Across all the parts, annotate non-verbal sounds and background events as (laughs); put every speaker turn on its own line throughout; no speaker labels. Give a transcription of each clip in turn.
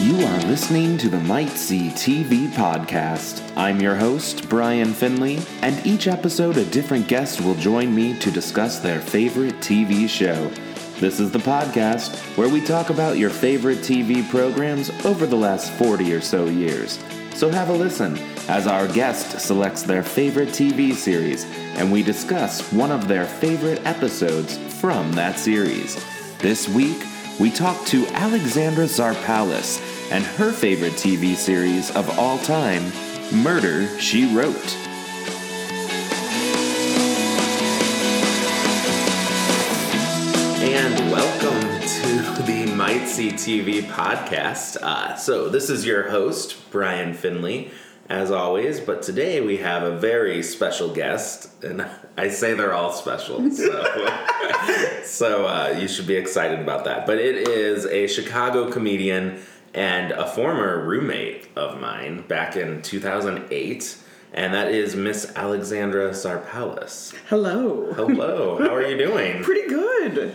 You are listening to the Might See TV podcast. I'm your host, Brian Finley, and each episode a different guest will join me to discuss their favorite TV show. This is the podcast where we talk about your favorite TV programs over the last 40 or so years. So have a listen as our guest selects their favorite TV series and we discuss one of their favorite episodes from that series. This week, we talk to Alexandra Zarpalis and her favorite TV series of all time, Murder, She Wrote. And welcome to the Might See TV podcast. Uh, so, this is your host, Brian Finley, as always, but today we have a very special guest, and I say they're all special, so, (laughs) so uh, you should be excited about that. But it is a Chicago comedian and a former roommate of mine back in 2008, and that is Miss Alexandra Sarpalis.
Hello.
Hello, how are you
(laughs)
doing?
Pretty good.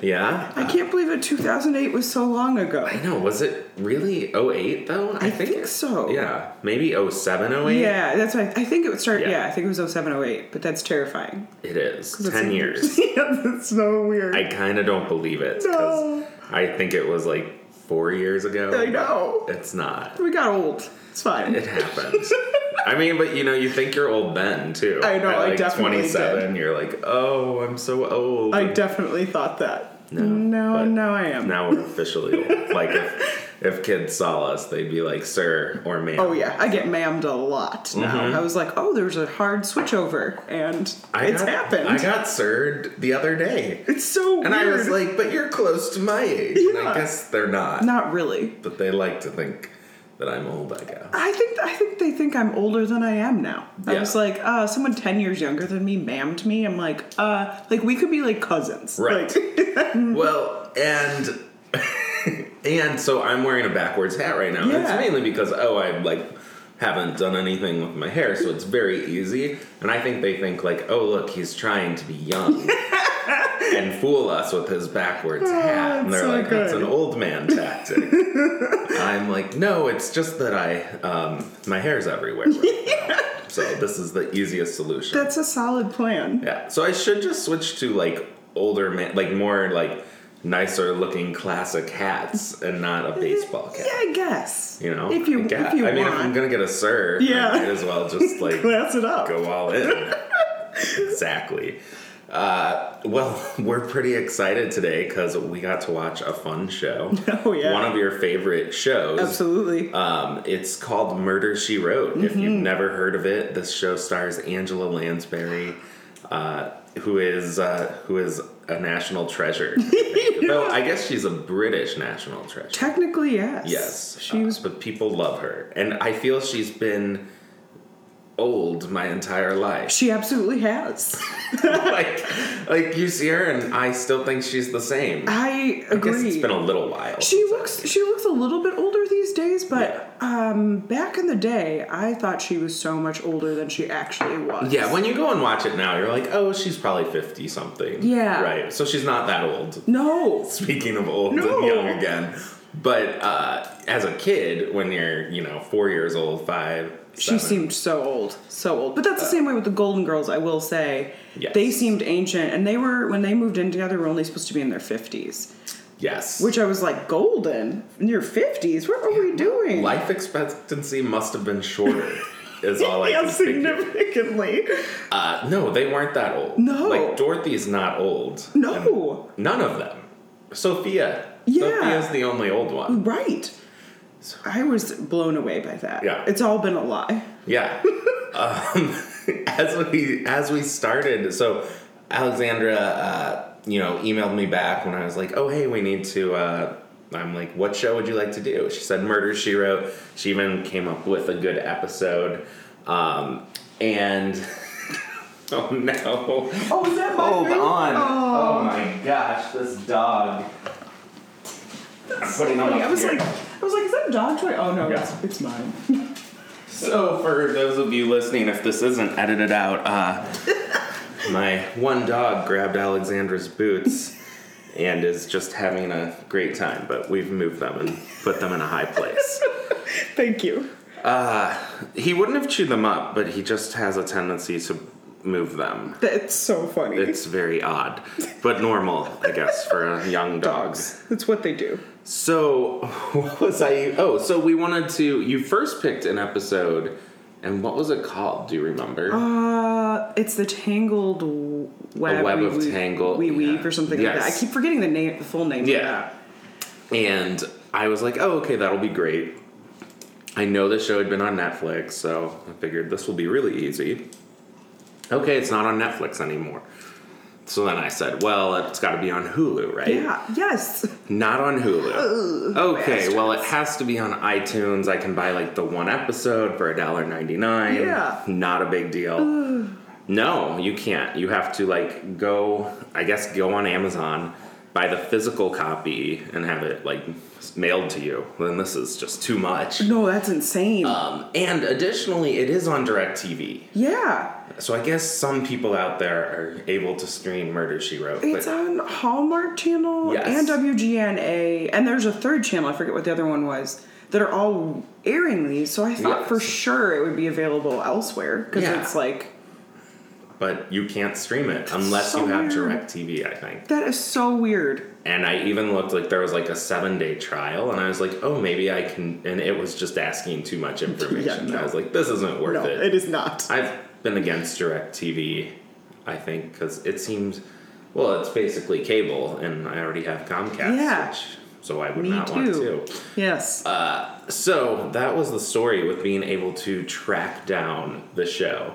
Yeah?
I can't believe it. 2008 was so long ago.
I know. Was it really 08 though?
I think so.
Yeah, maybe 07, 08?
Yeah, that's right. I think it would start.
Yeah.
Yeah, I think it was 0708, but that's terrifying.
It is.
That's
10
so-
years.
(laughs) yeah, that's so weird.
I kind of don't believe it. 'cause
No.
I think it was like four years ago.
I know.
It's not.
We got old. It's fine.
It happened. I mean, but you know, you think you're old then too.
I know,
At,
I
like
definitely
27, you're like, oh, I'm so old.
I definitely thought that.
No,
no,
but
now I am.
now we're officially
(laughs)
old. like if if kids saw us, they'd be like, sir or ma'am.
Oh yeah, I get mammed a lot now. I was like, oh, there's a hard switchover, and
Mm-hmm. I
it's
got-
happened.
I got sirred the other day.
it's so
And I
weird.
was like, but you're close to my age. And I
Yeah.
guess they're not.
not really.
But they like to think that I'm old, I guess.
I think I think they think I'm older than I am now. I
Yeah.
was like, uh, someone ten years younger than me mammed me. I'm like, uh, like we could be like cousins,
Right.
Like, (laughs)
Well, and (laughs) and so I'm wearing a backwards hat right now. And it's
Yeah.
mainly because oh I like haven't done anything with my hair, so it's very easy. And I think they think like, oh look, he's trying to be
(laughs)
young. And fool us with his backwards hat, and
it's
they're
Oh, so
like, "That's an
good.
old man
(laughs)
tactic." I'm like, "No, it's just that I, um, my hair's everywhere,
(laughs)
right now. so this is the easiest solution."
that's a solid plan.
Yeah. So I should just switch to like older man, like more like nicer looking classic hats and not a baseball
Yeah,
cap.
I guess.
You know,
if you
I guess.
if you
I mean,
want,
if I'm gonna get a sir,
Yeah.
I might as well
(laughs)
just like
class it up.
go all in. exactly. Uh, well, (laughs) we're pretty excited today because we got to watch a fun show.
(laughs) Oh, yeah.
one of your favorite shows.
Absolutely.
Um, it's called Murder She Wrote. If you've
Mm-hmm.
never heard of it, this show stars Angela Lansbury, uh, who is uh, who is a national
(laughs)
treasure. Though I guess she's a British national treasure.
Technically, yes.
Yes,
she
uh,
was.
but people love her, and I feel she's been old my entire
(laughs)
life. (laughs)
She absolutely has.
like, like you see her, and I still think she's the same. I
I
guess
agree.
it's been a little while.
she looks she looks a little bit older these days, but um, back in the day, I thought she was so much older than she actually was.
Yeah, when you go and watch it now, you're like, oh, she's probably 50 something.
Yeah.
Right. So she's not that old. (laughs)
no,
Speaking of old and
No.
young again. But uh, as a kid, when you're, you know, four years old, five,
She
seven- Uh,
seemed so old, so old. But that's the same way with the Golden Girls. I will say,
Yes.
they seemed ancient, and they were when they moved in together were only supposed to be in their fifties,
Yes.
which I was like, Golden in your fifties? What are we doing? (laughs)
life expectancy must have been shorter, is all I
yeah,
can think.
significantly.
Uh, no, they weren't that old.
No.
Like, Dorothy's not old.
No,
None of them. Sophia.
Yeah.
Sophia's the only old one.
right. I was blown away by that.
Yeah.
it's all been a lie.
Yeah. (laughs) um, (laughs) as we as we started, so Alexandra, uh, you know, emailed me back when I was like, "Oh, hey, we need to." Uh, I'm like, "What show would you like to do?" She said, "Murder She Wrote." She even came up with a good episode, um, and (laughs) oh no,
Oh, is that my
hold
thing?
on!
Oh.
Oh. my gosh, this dog! I'm putting him
I
up
was
here.
like, I was like, is that a dog toy? Oh no,
Yeah.
it's, it's mine.
So, for those of you listening, if this isn't edited out, uh, my one dog grabbed Alexandra's boots and is just having a great time. But we've moved them and put them in a high place.
Thank you.
he wouldn't have chewed them up, but he just has a tendency to move them.
That's so funny.
It's very odd, but normal, I guess, for a young dog.
That's what they do.
So, what was I? Oh, so we wanted to. You first picked an episode, and what was it called? Do you remember?
Uh, it's the tangled w- web.
web
we
of
weave-
tangle,
We
yeah.
weave or something like that.
Yes.
I keep forgetting the name, the full name. for
Yeah. And I was like, oh, okay, that'll be great. I know the show had been on Netflix, so I figured this will be really easy. Okay, it's not on Netflix anymore. So then I said, well, it's got to be on Hulu, right?
that. Yeah. Yes. (laughs)
Not on Hulu. okay, well, it has to be on iTunes. I can buy like the one episode for $1.99.
Yeah.
Not a big deal. no, you can't. You have to like go, I guess, go on Amazon, buy the physical copy, and have it like mailed to you. Then this is just too much.
No, that's insane.
Um, and additionally, it is on DirecTV.
yeah.
So I guess some people out there are able to stream Murder, She Wrote.
It's
but-
on Hallmark Channel
Yes.
and WGNA, and there's a third channel. I forget what the other one was. That are all airing these, so I thought
Yes.
for sure it would be available elsewhere because
Yeah.
it's like
but you can't stream it unless
so
you have
weird.
direct tv i think
that is so weird.
and i even looked like there was like a seven day trial and i was like oh maybe i can and it was just asking too
(laughs)
much information
no.
i was like this isn't worth
No,
it
it is not.
i've been against direct tv i think because it seems well it's basically cable and i already have comcast
Yeah.
which, so i would
Me
not want
too.
to
yes.
so that was the story with being able to track down the show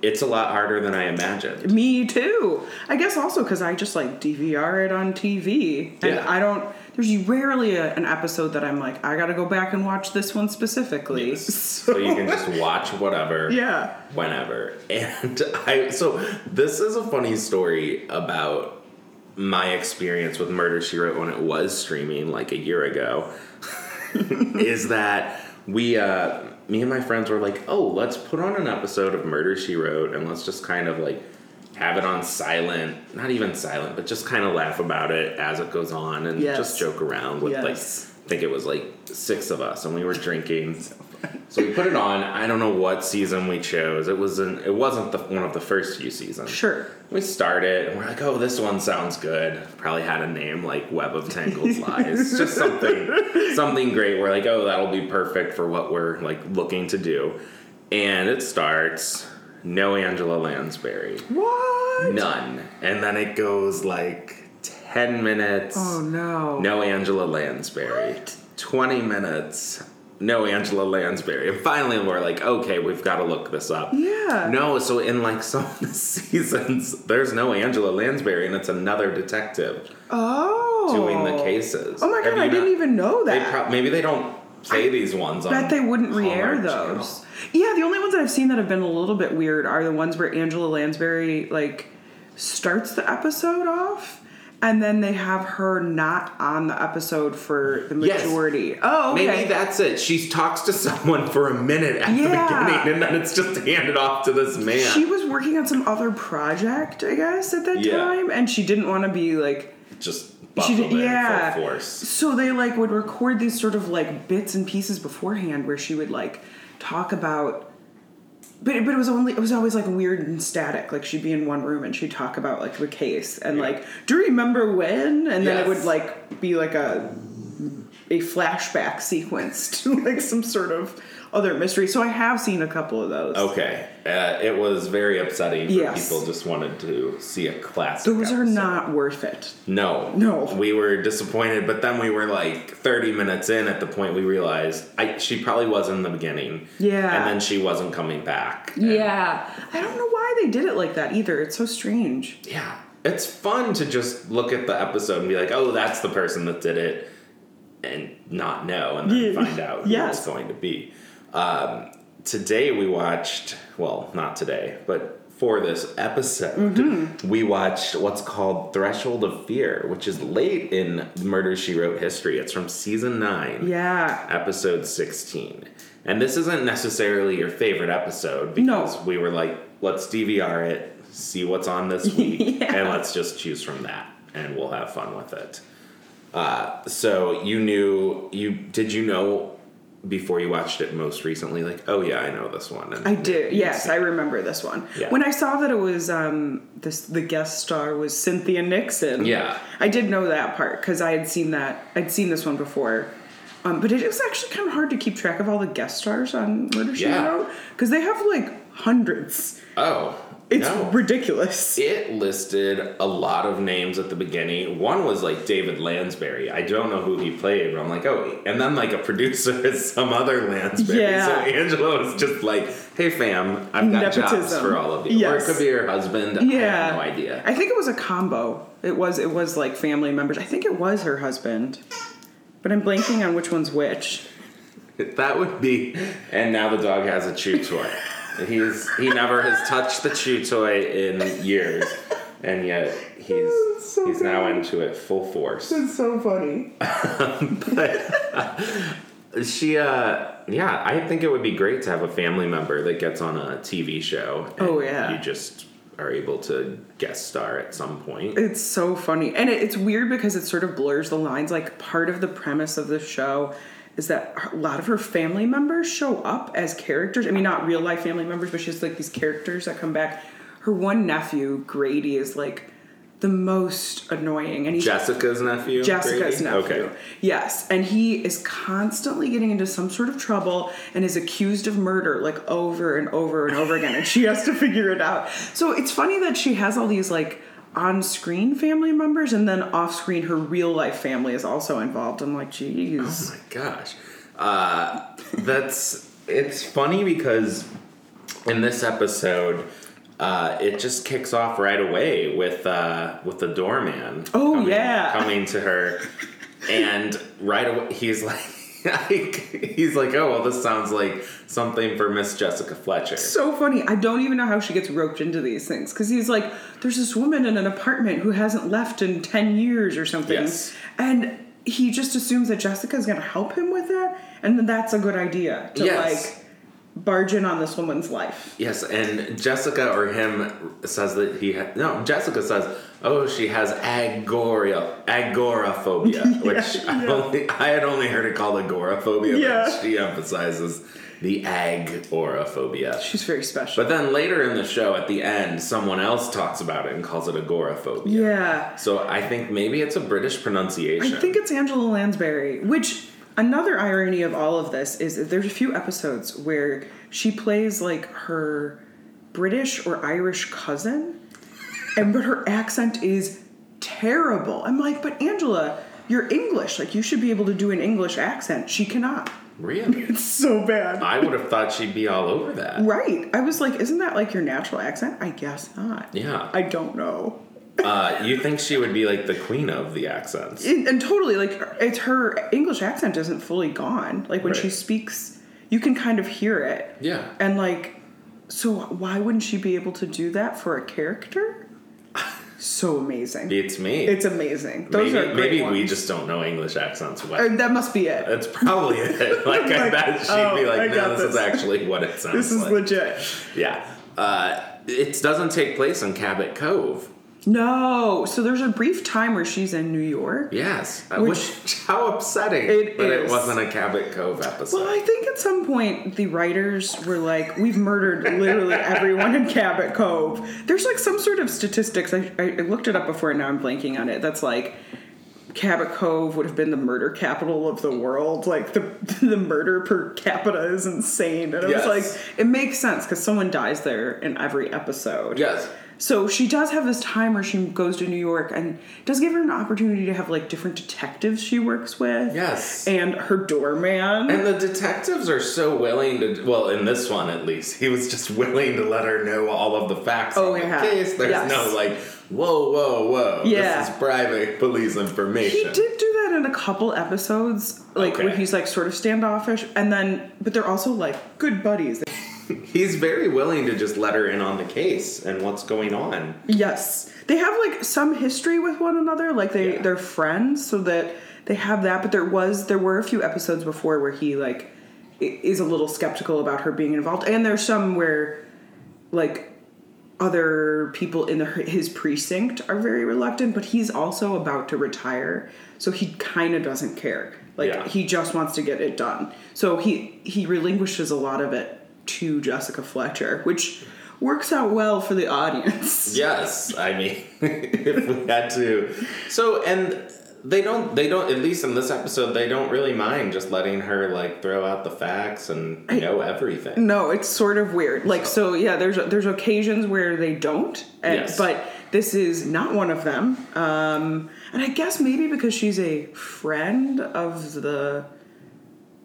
it's a lot harder than i imagined
Me too. I guess also because I just like DVR it on TV, and
Yeah.
I don't. There's rarely a, an episode that I'm like, I gotta go back and watch this one specifically. (laughs)
so you can just watch whatever
yeah.
whenever (laughs) and i so this is a funny story about my experience with murder she wrote when it was streaming like a year ago (laughs) is that we uh me and my friends were like oh let's put on an episode of murder she wrote and let's just kind of like have it on silent not even silent but just kind of laugh about it as it goes on and
Yes.
just joke around with
Yes.
like i think it was like six of us and we were drinking so we put it on. I don't know what season we chose. It wasn't. It wasn't the, one of the first few seasons.
Sure.
We start it and we're like, oh, this one sounds good. Probably had a name like Web of Tangled
(laughs)
Lies. Just something something great. We're like, oh, that'll be perfect for what we're like looking to do. And it starts, no Angela Lansbury.
What?
None. And then it goes like ten minutes.
Oh no.
No Angela Lansbury. 20 minutes. No Angela Lansbury. And finally, we're like, okay, we've got to look this up.
Yeah.
No, so in like some of the (laughs) seasons, there's no Angela Lansbury, and it's another detective
Oh.
doing the cases.
Oh my
Have
god!
you
I didn't
not-
even know
They
that.
prob- maybe they don't play these ones. on
bet they wouldn't re-air
Hallmark
those. Yeah, the only ones that I've seen that have been a little bit weird are the ones where Angela Lansbury like starts the episode off and then they have her not on the episode for the
Yes.
majority. Oh, okay.
Channel. Maybe that's it. She talks to (laughs) someone for a minute at
Yeah.
the beginning, and then it's just handed off to this man.
She was working on some other project, I guess, at that
Yeah.
time, and she didn't want to be like
just
She
buckled
did-
in
yeah.
full force.
So they like would record these sort of like bits and pieces beforehand where she would like talk about but it, but it was only it was always like weird and static. Like she'd be in one room and she'd talk about like the case and
Yeah.
like do you remember when? And then
Yes.
it would like be like a a flashback sequence (laughs) to like some sort of other mystery. So I have seen a couple of those.
Okay, uh, it was very upsetting. For
Yes.
people just wanted to see a classic.
Those are
episode.
not worth it.
No,
No.
We were disappointed, but then we were like thirty minutes in. At the point we realized I, she probably was in the beginning.
Yeah.
and then she wasn't coming back. And-
Yeah. I don't know why they did it like that either. It's so strange.
yeah. It's fun to just look at the episode and be like, "Oh, that's the person that did it," and not know, and then
Yeah.
find out who
Yes.
it's going to be. Um, today we watched. Well, not today, but for this episode,
Mm-hmm.
we watched what's called Threshold of Fear, which is late in Murder She Wrote history. It's from season nine
Yeah.
episode 16. And this isn't necessarily your favorite episode because we
(laughs)
were like, let's DVR it, see what's on this week, and let's just choose from that. and we'll have fun with it. Uh, so you knew you did you know before you watched it most recently? Like, oh yeah, I know this one. And
I do. Yes, I remember this one.
Yeah.
When I saw that it was um, this, the guest star was Cynthia Nixon.
Yeah.
I did know that part because I had seen that. I'd seen this one before. Um, but it is actually kind of hard to keep track of all the guest stars on Murder She
Yeah.
Wrote because they have like hundreds.
Oh,
It's
no.
ridiculous.
It listed a lot of names at the beginning. One was like David Lansbury. I don't know who he played, but I'm like, oh, and then like a producer (laughs) is some other Lansbury.
Yeah.
So Angela was just like, hey fam, I've got jobs
Nepotism.
for all of you. Or it
Yes.
could be her husband. I
yeah.
have no idea. (laughs)
I think it was a combo. It was it was like family members. I think it was her husband. But I'm blanking on which one's which.
That would be. And now the dog has a chew
(laughs)
toy. he's he never has touched the chew toy in years, and yet he's
that's so
he's now
good.
into it full force.
It's so funny.
She, uh, yeah, I think it would be great to have a family member that gets on a TV show. And
Oh, yeah.
You just are able to guest star at some point.
It's so funny. And it, it's weird because it sort of blurs the lines. Like, part of the premise of the show is that a lot of her family members show up as characters. I mean, not real life family members, but she has like these characters that come back. Her one nephew, Grady, is like the most annoying. And he's
Jessica's nephew?
Jessica's
Grady?
nephew.
Okay.
Yes, and he is constantly getting into some sort of trouble and is accused of murder like over and over and over again, and she has to (laughs) figure it out. So it's funny that she has all these like on-screen family members, and then off-screen her real-life family is also involved. I'm like,
Oh
geez,
my gosh. Uh, that's, it's funny because in this episode, uh, it just kicks off right away with uh, with the doorman.
Oh, yeah.
coming to her, and right away he's (laughs) like, he's like, oh well, this sounds like something for Miss Jessica Fletcher.
so funny. I don't even know how she gets roped into these things because he's like, there's this woman in an apartment who hasn't left in 10 years or something.
Yes.
And he just assumes that Jessica's going to help him with that. And then that's a good idea to
Yes.
like barge in on this woman's life.
Yes, and Jessica or him says that he ha- no. Jessica says, "Oh, she has agora
(laughs)
agoraphobia," which I, only, I had only heard it called agoraphobia.
Yeah.
but she emphasizes the agoraphobia.
She's very special.
But then later in the show, at the end, someone else talks about it and calls it agoraphobia.
yeah.
So I think maybe it's a British
I
pronunciation.
think it's Angela Lansbury, which another irony of all of this is that there's a few episodes where she plays like her British or Irish cousin, and but her accent is terrible. I'm like, but Angela, you're English. Like you should be able to do an English accent. She cannot.
really.
It's so bad.
I would have thought she'd be all over that.
(laughs) Right. I was like, isn't that like your natural accent? I guess not.
Yeah.
I don't know.
Uh, you think she would be like the queen of the accents?
and, and totally like it's her English accent isn't fully gone. Like when she
Right.
speaks, you can kind of hear it.
Yeah.
And like, so why wouldn't she be able to do that for a character? (laughs) so amazing.
Beats me.
It's amazing. Those
maybe
are great
maybe we Uh,
ones.
just don't know English accents well.
Or that must be it.
That's probably
(laughs)
it. Like I
Like,
bet she'd
oh,
be
I
like,
got
no, this, is
this."
actually what it sounds
(laughs) This is
like.
legit.
yeah. Uh, it doesn't take place in Cabot Cove.
No. So there's a brief time where she's in New York.
Yes. Uh,
Which-
Which, (laughs) how upsetting.
It
but it
is.
wasn't a Cabot Cove episode.
Well, I think at some point the writers were like, "We've murdered literally everyone in Cabot Cove." There's like some sort of statistics. I, I I looked it up before, and now I'm blanking on it. That's like Cabot Cove would have been the murder capital of the world. Like the (laughs) the murder per capita is insane, and it
Yes.
was like it makes sense because someone dies there in every episode.
yes.
So she does have this time where she goes to New York and it does give her an opportunity to have like different detectives she works with.
Yes.
And her doorman.
And the detectives are so willing to, well, in this one at least, he was just (laughs) willing to let her know all of the facts
Oh,
of the
yeah.
case. There's
Yes.
no like, whoa, whoa, whoa.
Yeah.
This is private police
He
information.
did do that in a couple episodes, like
Okay.
where he's like sort of standoffish, and then but they're also like good buddies.
He's very willing to just let her in on the case and what's going on.
Yes, they have like some history with one another, like they
Yeah.
they're friends, so that they have that. But there was there were a few episodes before where he like i- is a little skeptical about her being involved, and there's some where like other people in the, his precinct are very reluctant, but he's also about to retire, so he kind of doesn't care. Like
Yeah.
he just wants to get it done. So he he relinquishes a lot of it to Jessica Fletcher, which works out well for the audience.
Yes, I mean, (laughs) if we had to. So, and they don't, they don't, at least in this episode, they don't really mind just letting her, like, throw out the facts and know everything.
No, it's sort of weird. Like so, yeah. There's there's occasions where they don't, and,
Yes.
but this is not one of them. Um, and I guess maybe because she's a friend of the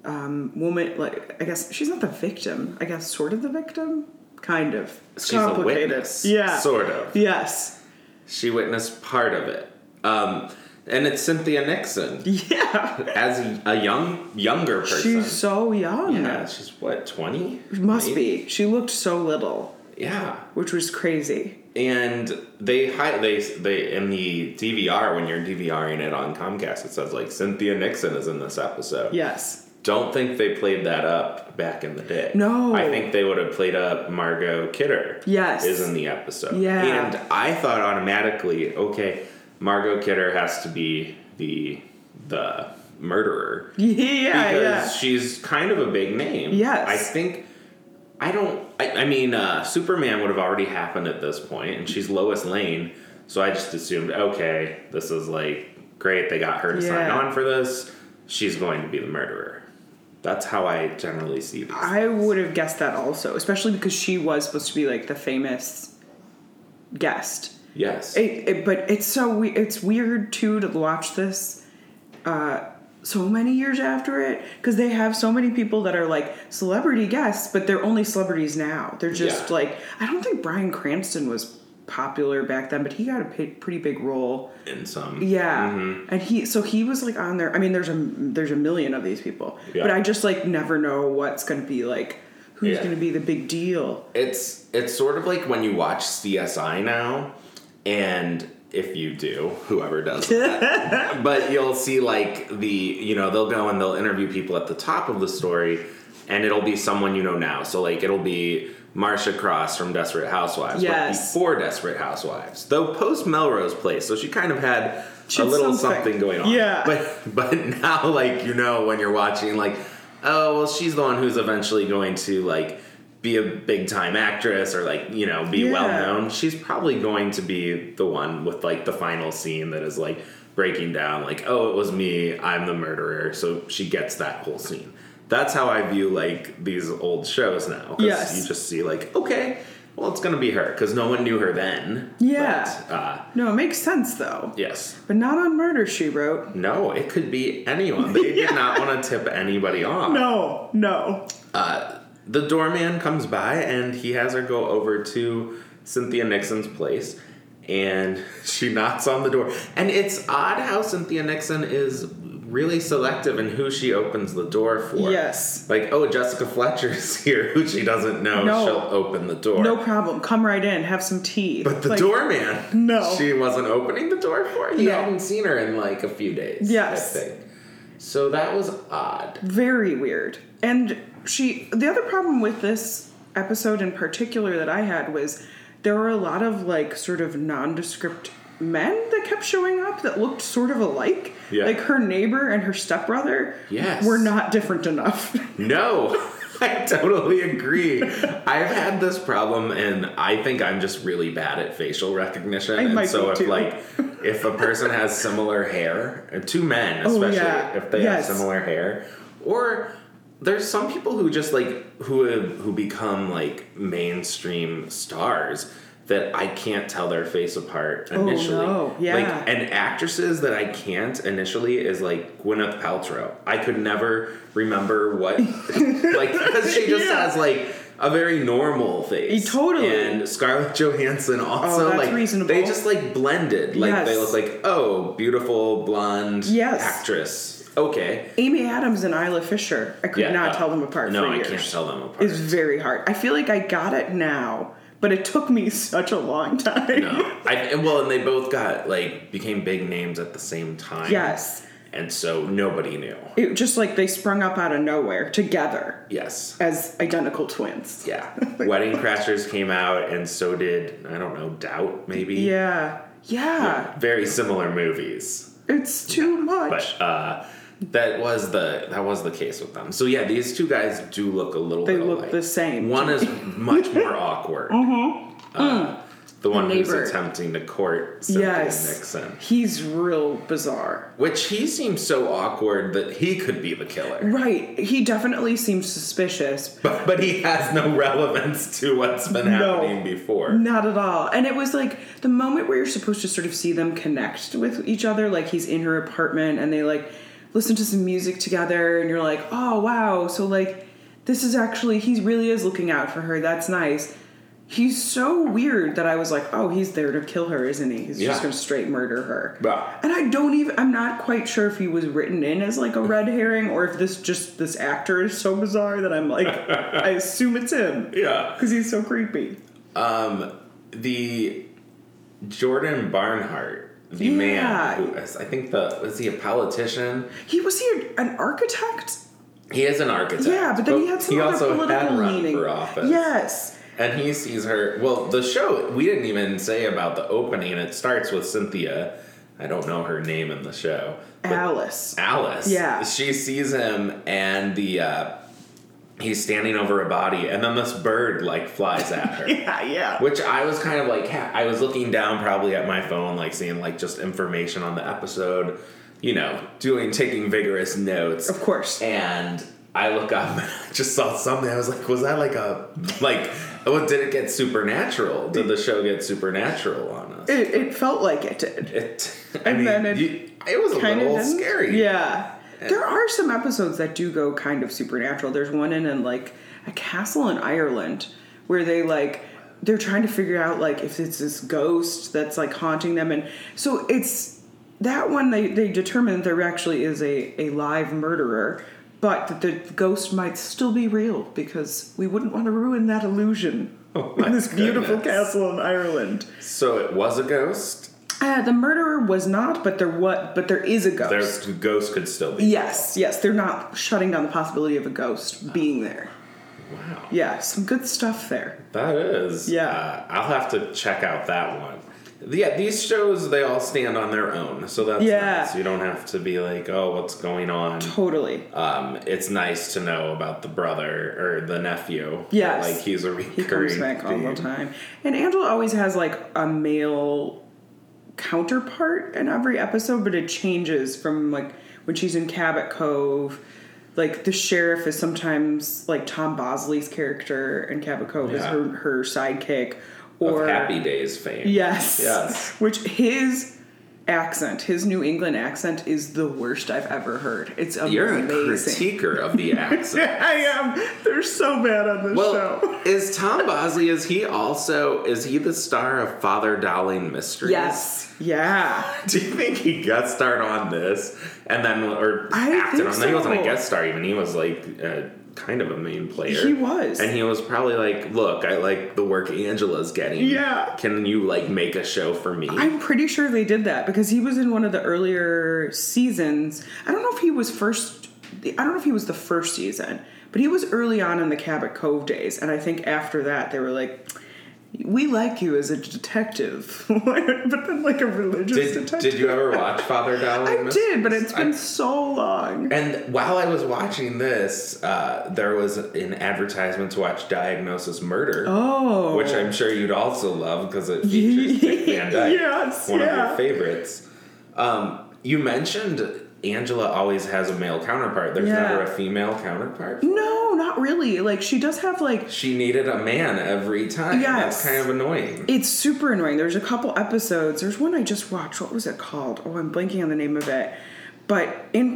um, woman. Like I guess she's not the victim. I guess sort of the victim, kind of. It's
She's a
complicated.
witness.
Yeah.
Sort of.
Yes.
She witnessed part of it. Um, and it's Cynthia Nixon
Yeah.
as a young, younger person.
She's so young.
yeah, she's what, 20?
Must be. She looked so little,
Yeah.
which was crazy.
and they hi- they they in the DVR when you're DVRing it on Comcast, it says like Cynthia Nixon is in this episode.
Yes. (laughs)
Don't think they played that up back in the day.
No.
I think they would have played up Margot Kidder.
Yes.
is in the episode.
Yeah.
and I thought automatically, okay, Margot Kidder has to be the the murderer
Yeah.
because
yeah.
she's kind of a big name.
Yes.
I think. I don't. I, I mean, uh, Superman would have already happened at this point, and she's Lois Lane. So I just assumed, okay, this is like great. They got her to sign
Yeah.
on for this. She's going to be the murderer. That's how I generally see these.
I would have guessed that also, especially because she was supposed to be like the famous guest.
yes.
It, it, but it's so we- it's weird too to watch this uh, so many years after it because they have so many people that are like celebrity guests, but they're only celebrities now. They're just
Yeah.
like I don't think Brian Cranston was popular back then, but he got a p- pretty big role.
In some.
Yeah,
Mm-hmm.
and he so he was like on there. I mean, there's a there's a million of these people,
Yeah.
but I just like never know what's going to be like who's
Yeah.
going to be the big deal.
It's it's sort of like when you watch CSI now, and if you do, whoever does that,
(laughs)
but you'll see like the you know they'll go and they'll interview people at the top of the story, and it'll be someone you know now. So like it'll be Marsha Cross from Desperate Housewives,
Yes.
but before Desperate Housewives, though post Melrose Place, so she kind of had
She
a
had
little
something.
something going on.
Yeah.
(laughs) But but now like you know when you're watching like oh well she's the one who's eventually going to like be a big time actress or like you know be
Yeah.
well known. She's probably going to be the one with like the final scene that is like breaking down like oh it was me I'm the murderer. So she gets that whole scene. That's how I view like these old shows now. 'cause
Yes.
You just see like okay well it's gonna be her because no one knew her then.
Yeah.
But, uh,
No, it makes sense though,
yes.
but not on murder. She wrote.
No, it could be anyone. They did not want to tip anybody off.
No, no.
Uh, the doorman comes by and he has her go over to Cynthia Nixon's place and (laughs) she knocks on the door. And it's odd how Cynthia Nixon is really selective in who she opens the door for.
Yes.
Like, oh, Jessica Fletcher's (laughs) here, who she doesn't know,
No.
she'll open the door.
No problem. Come right in. Have some tea.
But the
Like,
doorman,
No.
she wasn't opening the door for. He
No.
hadn't seen her in like a few days.
Yes.
I think. So that was odd.
very weird. And she the other problem with this episode in particular that I had was there were a lot of like sort of nondescript men that kept showing up that looked sort of alike.
Yeah.
Like her neighbor and her stepbrother
Yes.
were not different enough. (laughs)
No, (laughs) I totally agree. I've had this problem, and I think I'm just really bad at facial recognition. and
might
so
be
if
too.
like if a person has similar hair, and two men especially
Oh, yeah.
if they
Yes.
have similar hair, or there's some people who just like who have, who become like mainstream stars that I can't tell their face apart initially.
Oh, no. Yeah.
Like and actresses that I can't initially is like Gwyneth Paltrow. I could never remember
(laughs)
what like because she just
Yeah.
has like a very normal face.
Eh, totally. Oh,
And Scarlett Johansson also
that's
like
reasonable.
they just like blended. Like they look
Yes.
like oh beautiful blonde
Yes.
actress. Okay.
Amy Adams and Isla Fisher. I could not tell them apart
uh, No,
for
I
years.
can't tell them apart.
It's very hard. I feel like I got it now, but it took me (laughs) such a long time.
no. I, and well, and they both got like became big names at the same time.
Yes.
and so nobody knew.
It just like they sprung up out of nowhere together
Yes.
as identical twins. (laughs)
Yeah. Wedding Crashers came out, and so did, I don't know, Doubt, maybe?
Yeah. Yeah.
Very similar movies.
It's too much.
But uh, that was the that was the case with them. So yeah, these two guys do look a little
They
bit
look
alike.
the same. Mm-hmm.
One is
(laughs)
much more awkward. Uh, the one who's
neighbor.
attempting to court Cynthia
Mm. yes.
Nixon.
He's real bizarre.
Which he seems so awkward that he could be the killer. (laughs)
Right. He definitely seems suspicious.
But, but he has no relevance to what's been
No.
happening before.
Not at all. And it was like the moment where you're supposed to sort of see them connect with each other. Like he's in her apartment and they like listen to some music together and you're like, oh wow. So like this is actually, he really is looking out for her. That's nice. He's so weird that I was like, oh, he's there to kill her, isn't he? He's
Yeah.
just going to straight murder her.
Yeah.
And I don't even, I'm not quite sure if he was written in
(laughs)
as like a red herring or if this just, this actor is so bizarre that I'm
(laughs)
like, I assume it's him
Yeah.
because he's so creepy.
Um, the Jordan Barnhart, the
Yeah.
man who is, I think the was he a politician?
He was he an architect?
He is an architect.
Yeah, but then he had some
he
other
also
political
had run
leaning.
for office.
Yes.
and he sees her. Well, the show we didn't even say about the opening. It starts with Cynthia. I don't know her name in the show. but (laughs)
Alice.
Alice.
Yeah.
She sees him and the uh he's standing over a body and then this bird like flies at her.
(laughs) Yeah, yeah.
Which I was kind of like ha- I was looking down probably at my phone like seeing like just information on the episode, you know, doing taking vigorous notes.
Of course.
And I look up and I just saw something. I was like, was that like a like what did it get supernatural? Did the show get supernatural on us?
It, it felt like it did.
It, I
And
mean,
then it
you- it was a
Kinda
little
didn't.
scary.
Yeah. There are some episodes that do go kind of supernatural. There's one in, in like a castle in Ireland where they like they're trying to figure out like if it's this ghost that's like haunting them and so it's that one they, they determine that there actually is a, a live murderer but that the ghost might still be real because we wouldn't want to ruin that illusion
Oh my
(laughs) in this beautiful
goodness.
castle in Ireland.
So it was a ghost.
Uh, the murderer was not, but there what but there is a ghost.
There's ghosts could still be.
Yes, yes, they're not shutting down the possibility of a ghost being there.
Wow.
Yeah, some good stuff there.
That is.
Yeah.
Uh, I'll have to check out that one. Yeah, these shows they all stand on their own, so that's
Yeah.
nice. You don't have to be like, oh, what's going on?
Totally.
Um, it's nice to know about the brother or the nephew. that,
Yes.
like he's a
He
recurring.
comes back all the
theme.
time. And Angela always has like a male counterpart in every episode, but it changes from like when she's in Cabot Cove. Like the sheriff is sometimes like Tom Bosley's character, and Cabot Cove is
Yeah.
her, her sidekick.
Of
Or
Happy Days fame.
Yes.
Yes.
Which his accent, his New England accent, is the worst I've ever heard. It's amazing.
You're a critiquer of the accent.
(laughs) I am. They're so bad on this
Well, (laughs) is Tom Bosley? Is he also? Is he the star of Father Dowling Mysteries?
Yes.
Yeah.
Do you think he guest starred on this and then or
I
acted
think
on? that? He wasn't a
so.
guest star even. He was like uh, kind of a main player.
He was.
and he was probably like, "Look, I like the work Angela's getting.
Yeah.
can you like make a show for me?"
I'm pretty sure they did that because he was in one of the earlier seasons. I don't know if he was first I don't know if he was the first season, but he was early on in the Cabot Cove days, and I think after that they were like we like you as a detective, (laughs) but then like a religious
did,
detective.
did you ever watch Father Dowling?
I
Mysteries?
did, but it's
I-
been so long.
and while I was watching this, uh, there was an advertisement to watch Diagnosis Murder.
Oh,
which I'm sure you'd also love because it features
(laughs)
Dick Van Dyke,
Yes,
one of
yeah.
your favorites. Um, you mentioned Angela always has a male counterpart. There's
Yeah.
never a female counterpart.
no, not really. Like she does have like
She needed a man every time.
Yes.
That's kind of annoying.
it's super annoying. There's a couple episodes. There's one I just watched. What was it called? Oh, I'm blanking on the name of it. But in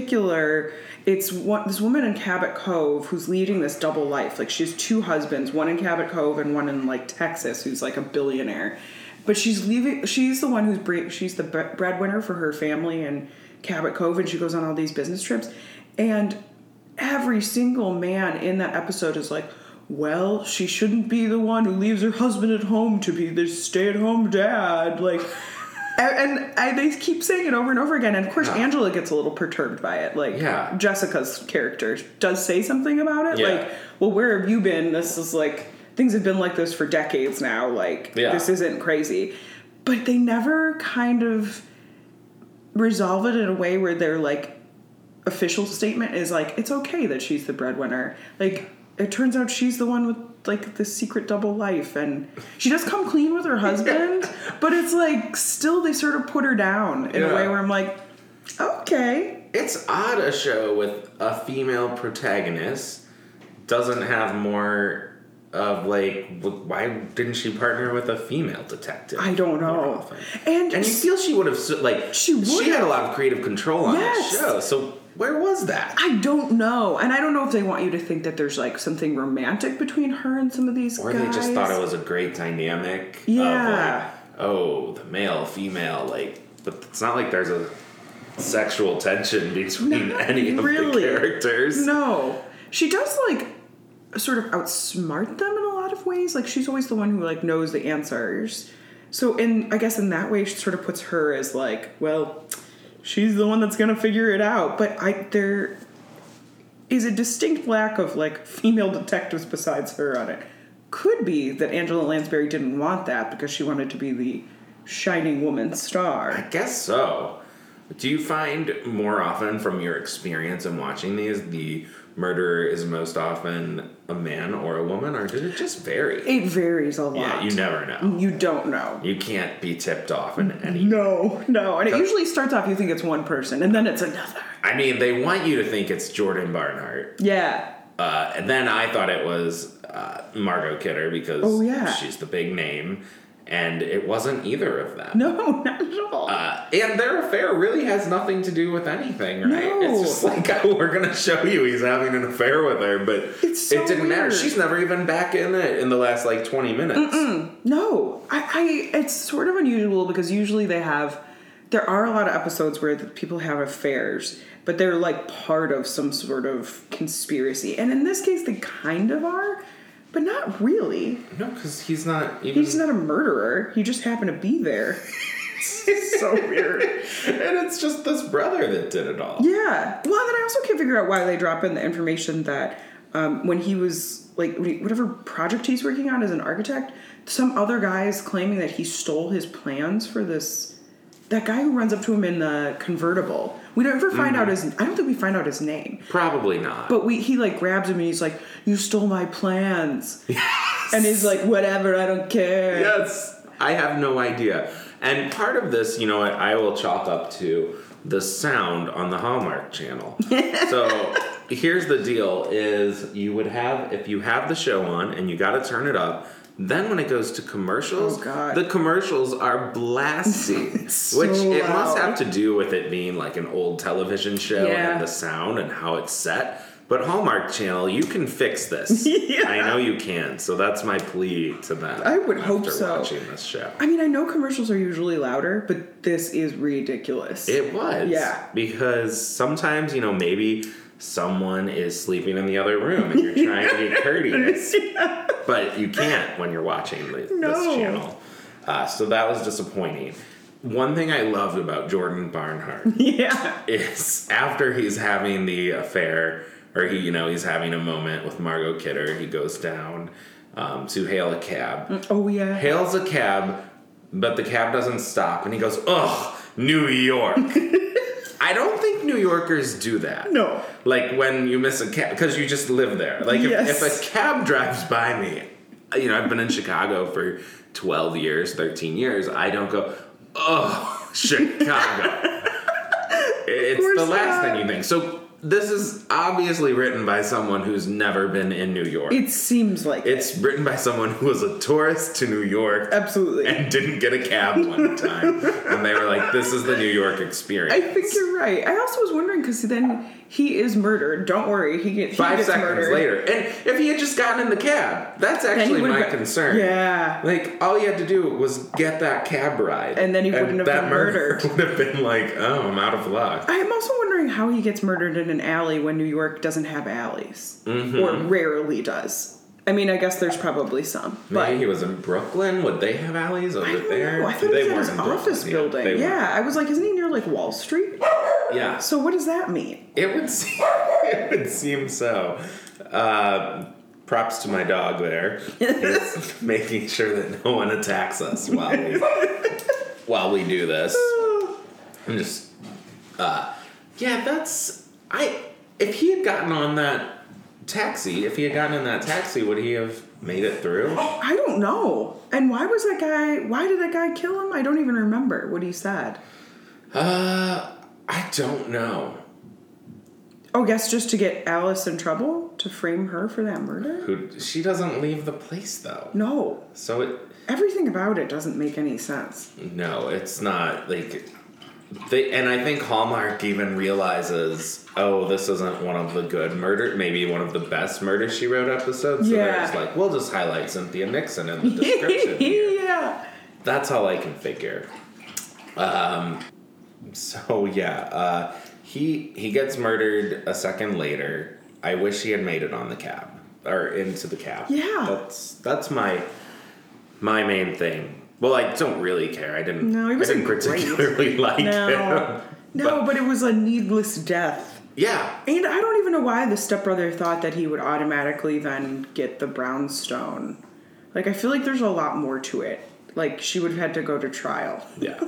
particular, it's one, this woman in Cabot Cove who's leading this double life. Like she has two husbands, one in Cabot Cove and one in like Texas, who's like a billionaire. But she's leaving. She's the one who's bre- she's the bre- breadwinner for her family in Cabot Cove, and she goes on all these business trips. And every single man in that episode is like, well, she shouldn't be the one who leaves her husband at home to be this stay at home dad. Like, (laughs) And, and I, they keep saying it over and over again. And of course, Angela gets a little perturbed by it. Like,
Yeah.
Jessica's character does say something about it.
Yeah.
Like, well, where have you been? This is like, things have been like this for decades now. Like,
Yeah.
this isn't crazy. But they never kind of resolve it in a way where they're like, official statement is like it's okay that she's the breadwinner. Like it turns out she's the one with like the secret double life and she does come clean with
(laughs)
her husband, but it's like still they sort of put her down in a way
Yeah.
where I'm like okay.
It's odd a show with a female protagonist doesn't have more of like w- why didn't she partner with a female detective?
I
more
don't know.
often?
And,
And you feel she would have so- like
She would
had
have.
a lot of creative control on
Yes. Ah,
that show. So where was that?
I don't know. And I don't know if they want you to think that there's like something romantic between her and some of these
Or
guys.
they just thought it was a great dynamic.
Yeah.
Of like, oh, the male, female, like, but it's not like there's a sexual tension between
Not
any of the
really.
characters.
No, she does like sort of outsmart them in a lot of ways. Like she's always the one who like knows the answers. So in I guess in that way she sort of puts her as like, well, she's the one that's gonna figure it out. But I there is a distinct lack of like female detectives besides her on it. Could be that Angela Lansbury didn't want that because she wanted to be the shining woman
I
star.
guess so. Do you find more often from your experience in watching these the murderer is most often a man or a woman, or did it just vary?
It varies a lot.
Yeah, you never know.
You don't know.
You can't be tipped off in any.
No, no. And it usually starts off you think it's one person and then it's another.
I mean, they want you to think it's Jordan Barnhart.
Yeah. (laughs)
Uh, and then I thought it was uh, Margot Kidder because
Oh, yeah.
she's the big name, and it wasn't either of them.
No, not at all.
Uh, and their affair really has nothing to do with anything, right?
No.
It's just like, (laughs) oh, we're gonna show you he's having an affair with her, but
It's so
it didn't matter.
weird.
She's never even back in it in the last like twenty minutes.
no. I, I it's sort of unusual because usually they have there are a lot of episodes where the people have affairs, but they're like part of some sort of conspiracy. And in this case they kind of are, but not really.
No, because he's not even.
He's not a murderer. He just happened to be there.
so weird, (laughs) and it's just this brother that did it all.
Yeah. Well, then I also can't figure out why they drop in the information that um, when he was like when he- whatever project he's working on as an architect, some other guy is claiming that he stole his plans for this. That guy who runs up to him in the convertible. We don't ever find out his. I don't think we find out his name.
Probably not. (laughs)
But we he like grabs him and he's like, "You stole my plans," and he's like, "Whatever, I don't care."
Yes, I have no idea. And part of this, you know, what, I will chalk up to the sound on the Hallmark
(laughs)
Channel. so here's the deal: is you would have if you have the show on and you got to turn it up. Then when it goes to commercials,
Oh, God.
the commercials are
(laughs)
blasting, which it must
loud.
have to do with it being like an old television show
Yeah.
and the sound and how it's set. But Hallmark Channel, you can fix this.
(laughs) Yeah.
I know you can. So that's my plea to them.
I would hope
after
so.
Watching this show,
I mean, I know commercials are usually louder, but this is ridiculous. (laughs)
it was
Yeah.
because sometimes you know maybe someone is sleeping in the other room and you're trying to
(laughs)
be courteous, but you can't when you're watching the, this
No.
channel. Uh, so that was disappointing. One thing I loved about Jordan
(laughs)
Barnhart
yeah.
is after he's having the affair, or he, you know, he's having a moment with Margot Kidder, he goes down um, to hail a cab.
Oh yeah.
hails a cab, but the cab doesn't stop, and he goes, "Ugh, New York."
(laughs)
I don't think New Yorkers do that.
No.
Like when you miss a cab, because you just live there. Like if, if
Yes.
a cab drives by me, you know, I've been in Chicago for 12 years, 13 years, I don't go, oh,
(laughs)
Chicago. it's the
course
last
not.
thing you think. So this is obviously written by someone who's never been in New York.
It seems like it.
It's written by someone who was a tourist to New York
Absolutely.
and didn't get a cab one time. and they were like, this is the New York experience.
I think you're right. I also was wondering because then he is murdered. Don't worry, he, get, he
Five
gets
seconds
murdered.
later. And if he had just gotten in the cab, that's
Then he
actually
would've
my
got-
concern.
Yeah.
Like, all he had to do was get that cab ride.
And then he wouldn't have
that
been
murderer (laughs)
murdered.
would have been like, oh, I'm out of luck.
I'm also wondering how
Mm-hmm.
he gets murdered in an alley when New York doesn't have alleys or rarely does. I mean, I guess there's probably some, but
Maybe he was in Brooklyn. Would they have alleys? Was
I
it
don't
there?
know. I thought
they
it
weren't
was at his
in Brooklyn,
office
yeah.
building.
They
yeah, I was like, isn't he near like Wall Street?
weren't. Yeah.
So what does that mean?
It would (laughs) seem, it would seem so. Uh, props to my dog there.
(laughs)
He's (laughs) making sure that no one attacks us while we, while we do this. I'm just, uh, yeah, that's I. If he had gotten on that taxi, if he had gotten in that taxi, would he have made it through?
I don't know. And why was that guy? Why did that guy kill him? I don't even remember what he said.
Uh, I don't know.
Oh, guess just to get Alice in trouble to frame her for that murder.
Who she doesn't leave the place though,
No,
so it
everything about it doesn't make any sense.
No, it's not like they and I think Hallmark even realizes, oh, this isn't one of the good murder, maybe one of the best murder she wrote episodes. So
Yeah.
they're just like, we'll just highlight Cynthia Nixon in the
(laughs)
description. here.
yeah.
That's all I can figure. Um, so yeah, uh, he he gets murdered a second later. I wish he had made it on the cab or into the cab.
Yeah.
that's that's my my main thing. Well, I don't really care. I didn't.
No, he
I
wasn't
didn't
great.
particularly (laughs) like
No.
him.
No, but it was a needless death.
Yeah,
And I don't even know why the stepbrother thought that he would automatically then get the brownstone. Like, I feel like there's a lot more to it. Like, she would have had to go to trial.
yeah.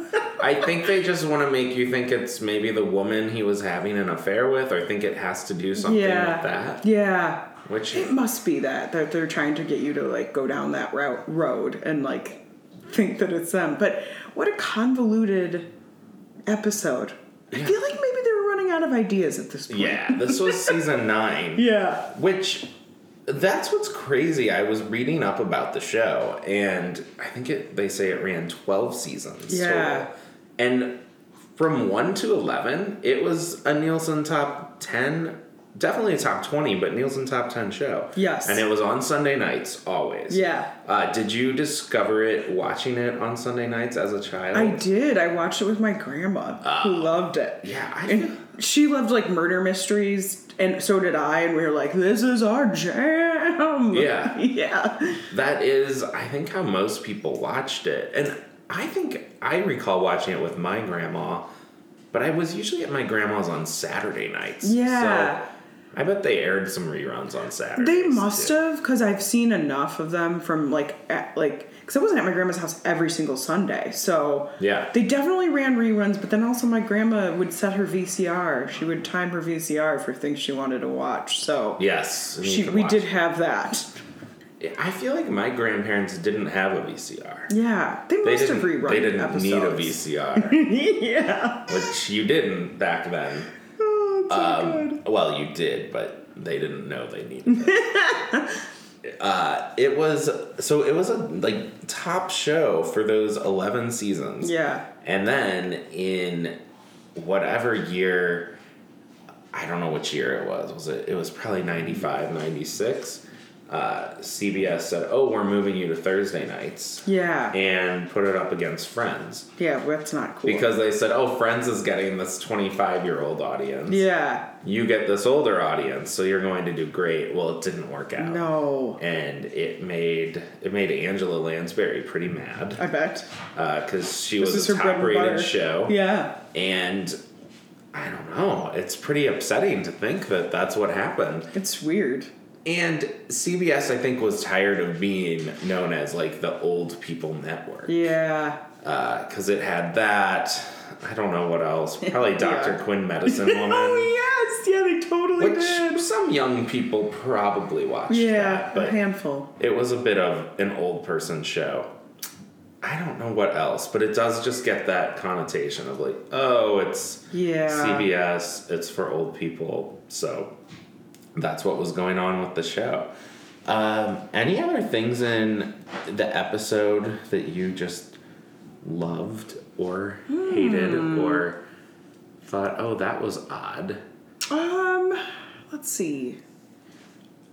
I think they just want to make you think it's maybe the woman he was having an affair with, or think it has to do something
yeah.
with that.
Yeah.
Which
It must be that, that they're trying to get you to, like, go down that route, road and, like, think that it's them. But what a convoluted episode. I feel like maybe they were running out of ideas at this point.
yeah, this was season nine.
(laughs) Yeah.
Which that's what's crazy. I was reading up about the show, and I think it they say it ran twelve seasons.
Yeah.
total. and from one to eleven, it was a Nielsen top ten, definitely a top twenty, but Nielsen top ten show.
Yes.
and it was on Sunday nights always.
Yeah.
Uh, did you discover it watching it on Sunday nights as a child?
I did. I watched it with my grandma, who loved it.
Oh. yeah, I
And she loved like murder mysteries, and so did I. And we were like, "This is our jam."
Yeah.
(laughs) yeah.
That is, I think, how most people watched it. And I think I recall watching it with my grandma, but I was usually at my grandma's on Saturday nights.
Yeah.
So I bet they aired some reruns on Saturdays.
They must
too.
have, because I've seen enough of them from like, at, like, because I wasn't at my grandma's house every single Sunday, so
Yeah.
they definitely ran reruns. But then also, my grandma would set her VCR. She would time her VCR for things she wanted to watch. So
Yes. and you
she
could
we
watch
did have that.
it. I feel like my grandparents didn't have a VCR.
Yeah, they
They
must
didn't,
have rerun.
they didn't
episodes.
need a VCR,
(laughs) yeah.
which you didn't back then.
(laughs) Oh, it's so good.
Um, well, you did, but they didn't know they needed it.
(laughs)
uh, it was so it was a like top show for those eleven seasons.
Yeah.
and then in whatever year, I don't know which year it was. Was it? It was probably 95, 96. Uh, CBS said, "Oh, we're moving you to Thursday nights,"
Yeah.
and put it up against Friends
yeah, that's not cool.
because they said, "Oh, Friends is getting this twenty-five-year-old audience."
Yeah.
you get this older audience, so you're going to do great. Well, it didn't work out.
No.
And it made it made Angela Lansbury pretty mad
I bet.
because she
This
was
is
a
her bread
top
and butter.
rated show.
Yeah.
And I don't know. It's pretty upsetting to think that that's what happened.
It's weird.
And CBS, I think, was tired of being known as like the old people network
Yeah.
because Uh, it had that. I don't know what else. Probably Dr.
(laughs) Yeah.
Quinn
(laughs)
Medicine Woman.
Oh, yes. Yeah, they totally
Which some young people probably watched.
Yeah,
that,
a
but
handful.
it was a bit of an old person show. I don't know what else, but it does just get that connotation of like, oh, it's
Yeah.
CBS, it's for old people. So that's what was going on with the show. Um, any other things in the episode that you just loved or hated
Hmm.
or thought, oh, that was odd?
Um, let's see.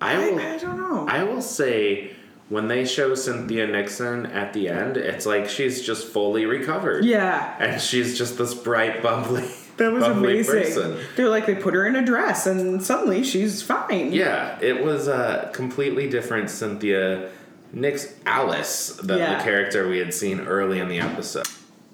I
I,
will.
I don't know.
I will say when they show Cynthia Nixon at the end, it's like she's just fully recovered.
Yeah.
And she's just this bright, bubbly.
That was
bubbly
amazing.
Person.
They're like they put her in a dress and suddenly she's fine.
Yeah, it was a completely different Cynthia Nix Alice than
Yeah.
the character we had seen early in the episode.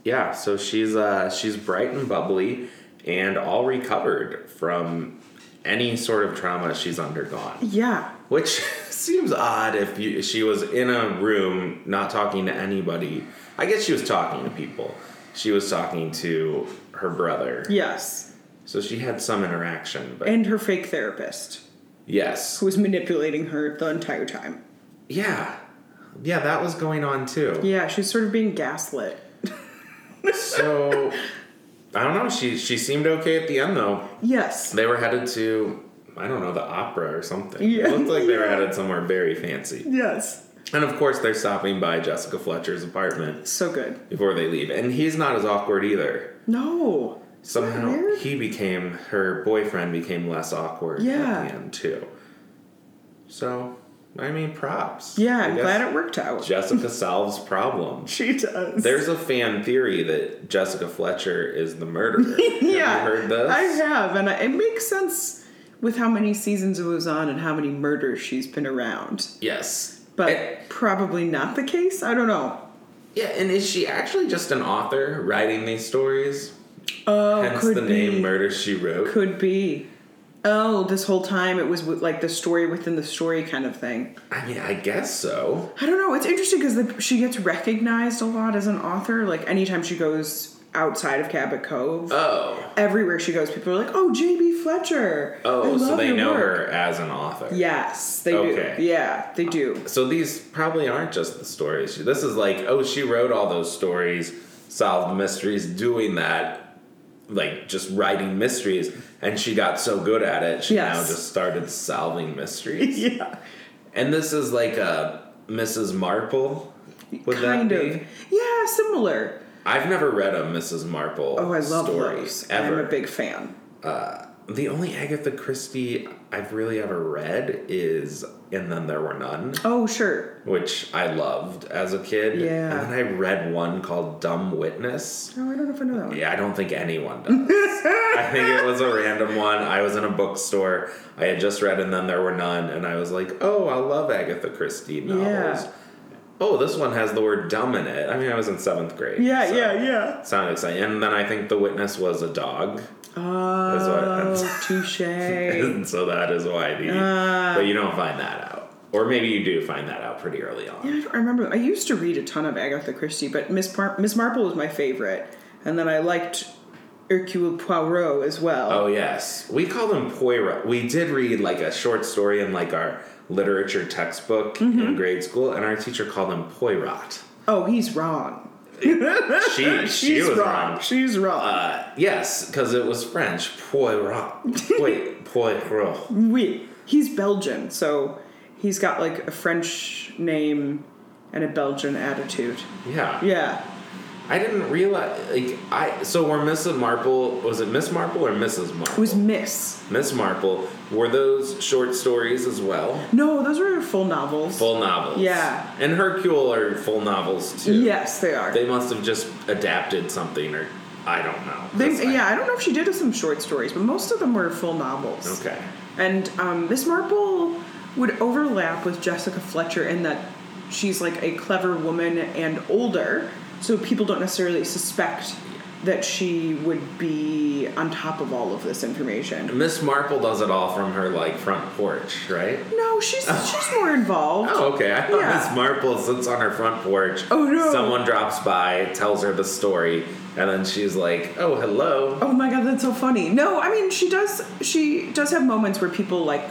Yeah, so she's uh, she's bright and bubbly and all recovered from any sort of trauma she's undergone,
Yeah.
which (laughs) seems odd if you, she was in a room not talking to anybody. I guess she was talking to people. She was talking to her brother,
Yes.
so she had some interaction. But
And her fake therapist
yes,
who was manipulating her the entire time.
Yeah. Yeah, that was going on too.
Yeah, she's sort of being gaslit. (laughs)
So I don't know, she she seemed okay at the end though.
Yes.
They were headed to I don't know, the opera or something.
Yeah.
It looked like they were headed somewhere very fancy.
Yes.
And of course they're stopping by Jessica Fletcher's apartment
So good.
before they leave. And he's not as awkward either.
No.
Somehow
Weird.
he became her boyfriend became less awkward
Yeah.
at the end too. So I mean props.
Yeah,
I
I'm
guess
glad it worked out.
Jessica solves problems.
She does.
There's a fan theory that Jessica Fletcher is the
(laughs)
murderer.
yeah,
Have you heard this?
I have, and I, it makes sense with how many seasons it was on and how many murders she's been around.
Yes.
But
And-
probably not the case. I don't know.
yeah, and is she actually just an author writing these stories?
Oh,
Hence
could
the
be.
name Murder She Wrote.
Could be. Oh, this whole time it was with, like the story within the story kind of thing.
I mean, I guess so.
I don't know. It's interesting because she gets recognized a lot as an author. Like anytime she goes outside of Cabot Cove,
Oh.
everywhere she goes, people are like, "Oh, J.B. Fletcher." I
Oh, so
love
they
your
know
work."
her as an author.
Yes, they
Okay.
do. Yeah, they do.
So these probably aren't just the stories. This is like, oh, she wrote all those stories, solved mysteries, doing that, like just writing mysteries, and she got so good at it, she now
Yes.
just started solving
(laughs)
mysteries.
Yeah,
And this is like a Mrs. Marple. Would
kind
that
of.
be?
Yeah, similar.
I've never read a Mrs. Marple.
Oh, I love
story
those.
Ever.
I'm a big fan.
Uh, the only Agatha Christie I've really ever read is "And Then There Were None."
Oh, sure.
which I loved as a kid.
Yeah.
And then I read one called Dumb Witness.
No, I don't know if I know that one.
Yeah, I don't think anyone does. I think it was a random one. I was in a bookstore. I had just read and then there were none, and I was like, oh, I love Agatha Christie novels.
Yeah.
Oh, this one has the word dumb in it. I mean, I was in seventh grade.
Yeah,
so
yeah, yeah.
it Sounded exciting. And then I think The Witness was a dog. (laughs)
Oh, touche.
and so that is why the.
Ah.
but you don't find that out. Or maybe you do find that out pretty early on.
Yeah, I don't remember. I used to read a ton of Agatha Christie, but Miss Mar- Miss Marple was my favorite, and then I liked Hercule Poirot as well.
Oh yes, we called him Poirot. We did read like a short story in like our literature textbook
Mm-hmm.
in grade school, and our teacher called him Poirot.
(laughs) Oh, he's wrong.
(laughs) She she
She's
was
wrong.
wrong.
She's wrong.
Uh, yes, because it was French.
(laughs)
Poirot. Wait, Poirot.
Oui. He's Belgian, so he's got like a French name and a Belgian attitude.
Yeah.
Yeah.
I didn't realize. Like I. So were Mrs. Marple. Was it Miss Marple or Mrs.
It
Marple?
was Miss.
Miss Marple. Were those short stories as well?
No, those were full novels.
Full novels.
Yeah.
And Hercule are full novels too.
Yes, they are.
They must have just adapted something, or I don't know.
They-
That's like-
yeah, I don't know if she did some short stories, but most of them were full novels.
Okay.
And um, Miss Marple would overlap with Jessica Fletcher in that she's like a clever woman and older, so people don't necessarily suspect that she would be on top of all of
(laughs)
this information.
Miss Marple does it all from her like front porch, right?
No, she's she's more involved.
Oh, okay. I thought
Yeah.
Miss Marple sits on her front porch.
Oh, no.
Someone drops by, tells her the story, and then she's like, "Oh, hello."
Oh my god, that's so funny. No, I mean she does she does have moments where people like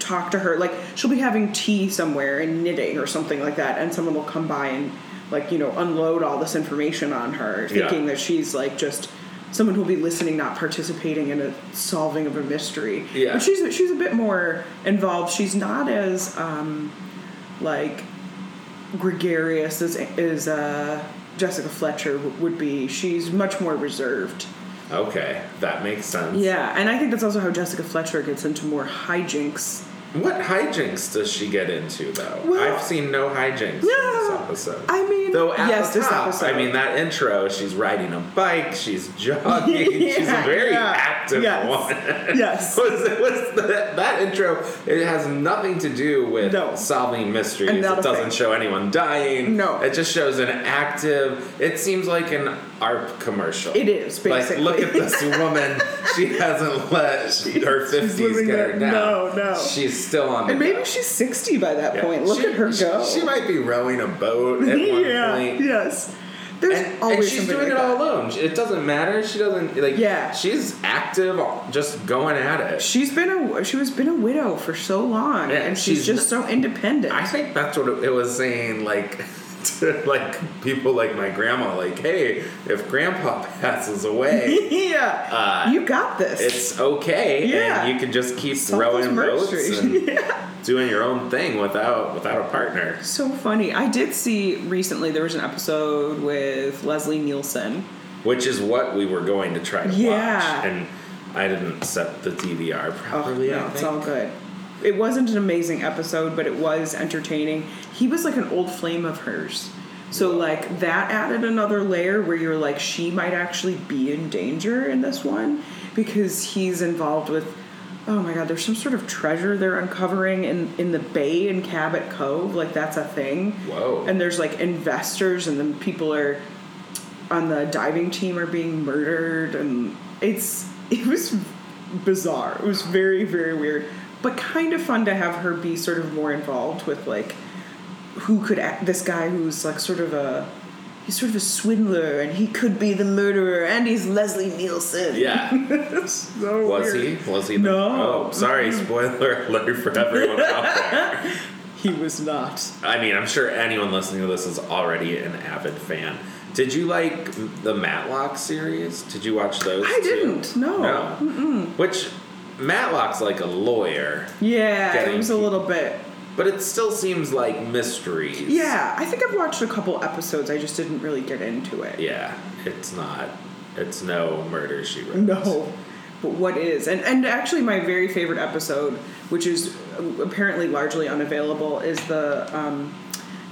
talk to her. Like she'll be having tea somewhere and knitting or something like that, and someone will come by and like, you know, unload all this information on her,
Yeah.
thinking that she's like just someone who'll be listening, not participating in a solving of a mystery.
Yeah.
But she's she's a bit more involved. She's not as um like gregarious as as uh Jessica Fletcher w- would be. She's much more reserved.
Okay, that makes sense.
Yeah, and I think that's also how Jessica Fletcher gets into more hijinks
What hijinks does she get into though?
Well-
I've seen no hijinks in this
No,
episode.
I mean,
Though at
yes,
the
this
top,
episode.
I mean that intro, she's riding a bike,
(laughs)
she's jogging, she's a
Yeah,
very
yeah.
active
Yes.
woman. (laughs) Oh
Yes.
was, was the, that intro it has nothing to do with
No.
solving mysteries.
And not
it
a
doesn't
thing.
show anyone dying.
No.
It just shows an active it seems like an ARP commercial.
It is, basically.
Like look at this
(laughs)
woman. she hasn't let her fifties
living
get her
that-
down.
no, no.
She's still on the
And maybe
go.
she's 60 by that
Yeah.
point. Look
She-
at her
she-
go.
She, might be rowing a boat at one
yeah,
point.
yes. There's
And,
always
and she's
something
doing
like
it
that.
all alone. It doesn't matter. She doesn't like.
Yeah.
She's active, just going at it.
She's been a she was been a widow for so long,
Yeah,
and she's,
she's
just so independent. (laughs)
I think that's what it was saying. Like, (laughs) to, like people like my grandma. Like, hey, if Grandpa (laughs) passes
(laughs)
away,
yeah,
Uh,
you got this.
it's okay,
Yeah.
and you can just keep
Solve those
rowing boats
mysteries.
and
(laughs) yeah.
doing your own thing without without a partner.
So funny. I did see recently there was an episode with Leslie Nielsen.
which is what we were going to try to
Yeah.
watch. And I didn't set the DVR
Oh,
properly.
no,
I
it's
think.
all good. It wasn't an amazing episode, but it was entertaining. He was like an old flame of hers. So like that added another layer where you're like she might actually be in danger in this one because he's involved with oh my god, there's some sort of treasure they're uncovering in in the bay in Cabot Cove, like that's a thing.
Whoa.
And there's like investors and then people are on the diving team are being murdered and it's it was bizarre it was very very weird but kind of fun to have her be sort of more involved with like who could act, this guy who's like sort of a he's sort of a swindler and he could be the murderer and he's leslie nielsen
Yeah.
(laughs) It's so
Was
weird.
he? Was he? the-
No.
Oh, sorry. Spoiler alert for everyone out
(laughs)
there.
he was not
I mean, I'm sure anyone listening to this is already an avid fan. Did you like the Matlock series? Did you watch those?
I
too?
didn't, no.
No. Which Matlock's like a lawyer,
yeah it
Getting-
was a little bit
but it still seems like mysteries.
yeah i think i've watched a couple episodes i just didn't really get into it
Yeah. It's not. It's no murder she wrote.
No. But what is? And and actually my very favorite episode, which is apparently largely unavailable, is the um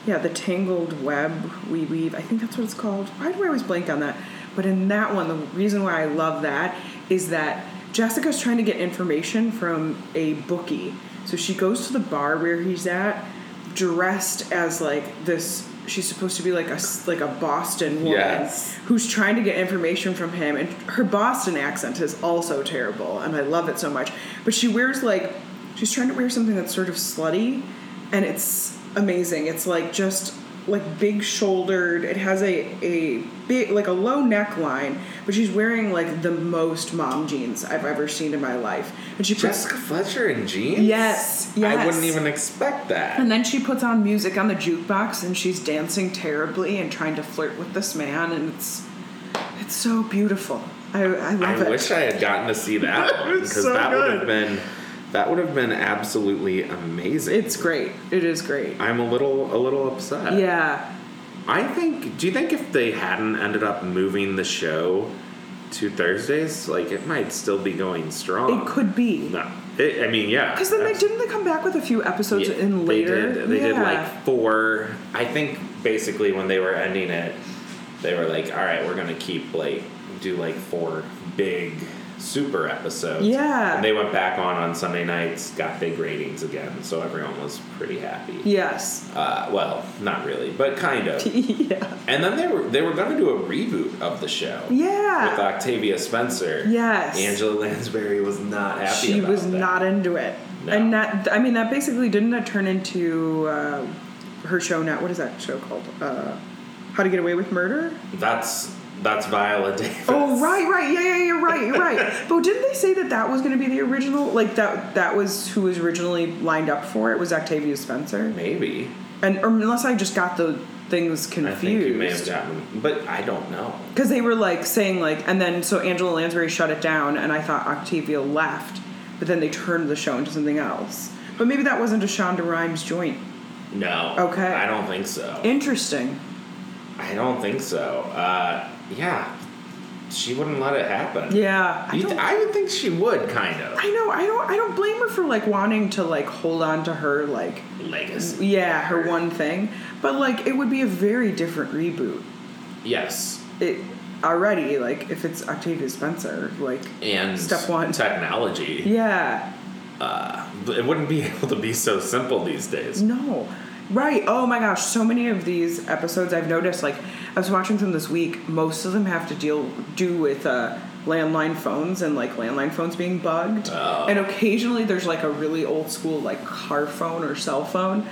yeah, the tangled web we weave. I think that's what it's called. Why do I always blank on that? But in that one, the reason why I love that is that Jessica's trying to get information from a bookie. So she goes to the bar where he's at, dressed as like this. She's supposed to be like a s- like a Boston woman
Yes.
who's trying to get information from him and her boston accent is also terrible and i love it so much but she wears like she's trying to wear something that's sort of slutty and it's amazing it's like just like big shouldered it has a a big like a low neckline but she's wearing like the most mom jeans i've ever seen in my life and she puts
Jessica Fletcher in jeans?
Yes, yes.
I wouldn't even expect that.
And then she puts on music on the jukebox and she's dancing terribly and trying to flirt with this man and it's it's so beautiful. I, I love
I
it.
wish I had gotten to see
(laughs)
that one
was
because
so
that would have
good.
been that would have been absolutely amazing.
it's great. It is great.
I'm a little a little upset.
yeah.
I think do you think if they hadn't ended up moving the show to Thursdays, like it might still be going strong.
It could be.
No. It, I mean, yeah.
Because then they
abs-
didn't they come back with a few episodes
Yeah,
in later?
They did. They did
Yeah.
like four. I think basically when they were ending it, they were like, "All right, we're gonna keep like do like four big super episodes."
Yeah.
And they went back on on Sunday nights, got big ratings again, so everyone was pretty happy.
Yes. (laughs)
Uh, well, not really, but kind of.
yeah.
and then they were they were gonna do a reboot of the show. With
Yeah.
Octavia Spencer.
Yes.
Angela Lansbury was not happy.
She
about
was
that.
not into it.
No.
And that I mean that basically didn't that turn into uh, her show now what is that show called? Uh, How to Get Away with Murder?
That's that's Viola Davis.
Oh right, right, yeah, yeah, you're right,
(laughs)
you're right. but didn't they say that that was going to be the original? Like that that was who was originally lined up for it was Octavia Spencer,
Maybe.
and or unless I just got the
I
things
think you may have
confused
gotten, but I don't know.
because they were like saying like, and then so Angela Lansbury shut it down, and I thought Octavia left, but then they turned the show into something else. But maybe that wasn't a Shonda Rhimes joint.
No.
Okay.
I don't think so.
Interesting.
I don't think so. Uh, yeah. she wouldn't let it happen.
Yeah. I
You'd-
don't-
I would think she would, kind of.
I know. I don't. I don't blame her for like wanting to like hold on to her like
Legacy.
yeah her one thing, but like it would be a very different reboot.
Yes.
It already like if it's Octavia Spencer like
And
Step one.
technology.
yeah
Uh, but it wouldn't be (laughs) able to be so simple these days.
no right oh my gosh so many of these episodes I've noticed like I was watching them this week most of them have to deal do with uh, landline phones and like landline phones being bugged and occasionally there's like a really old school like car phone or cell phone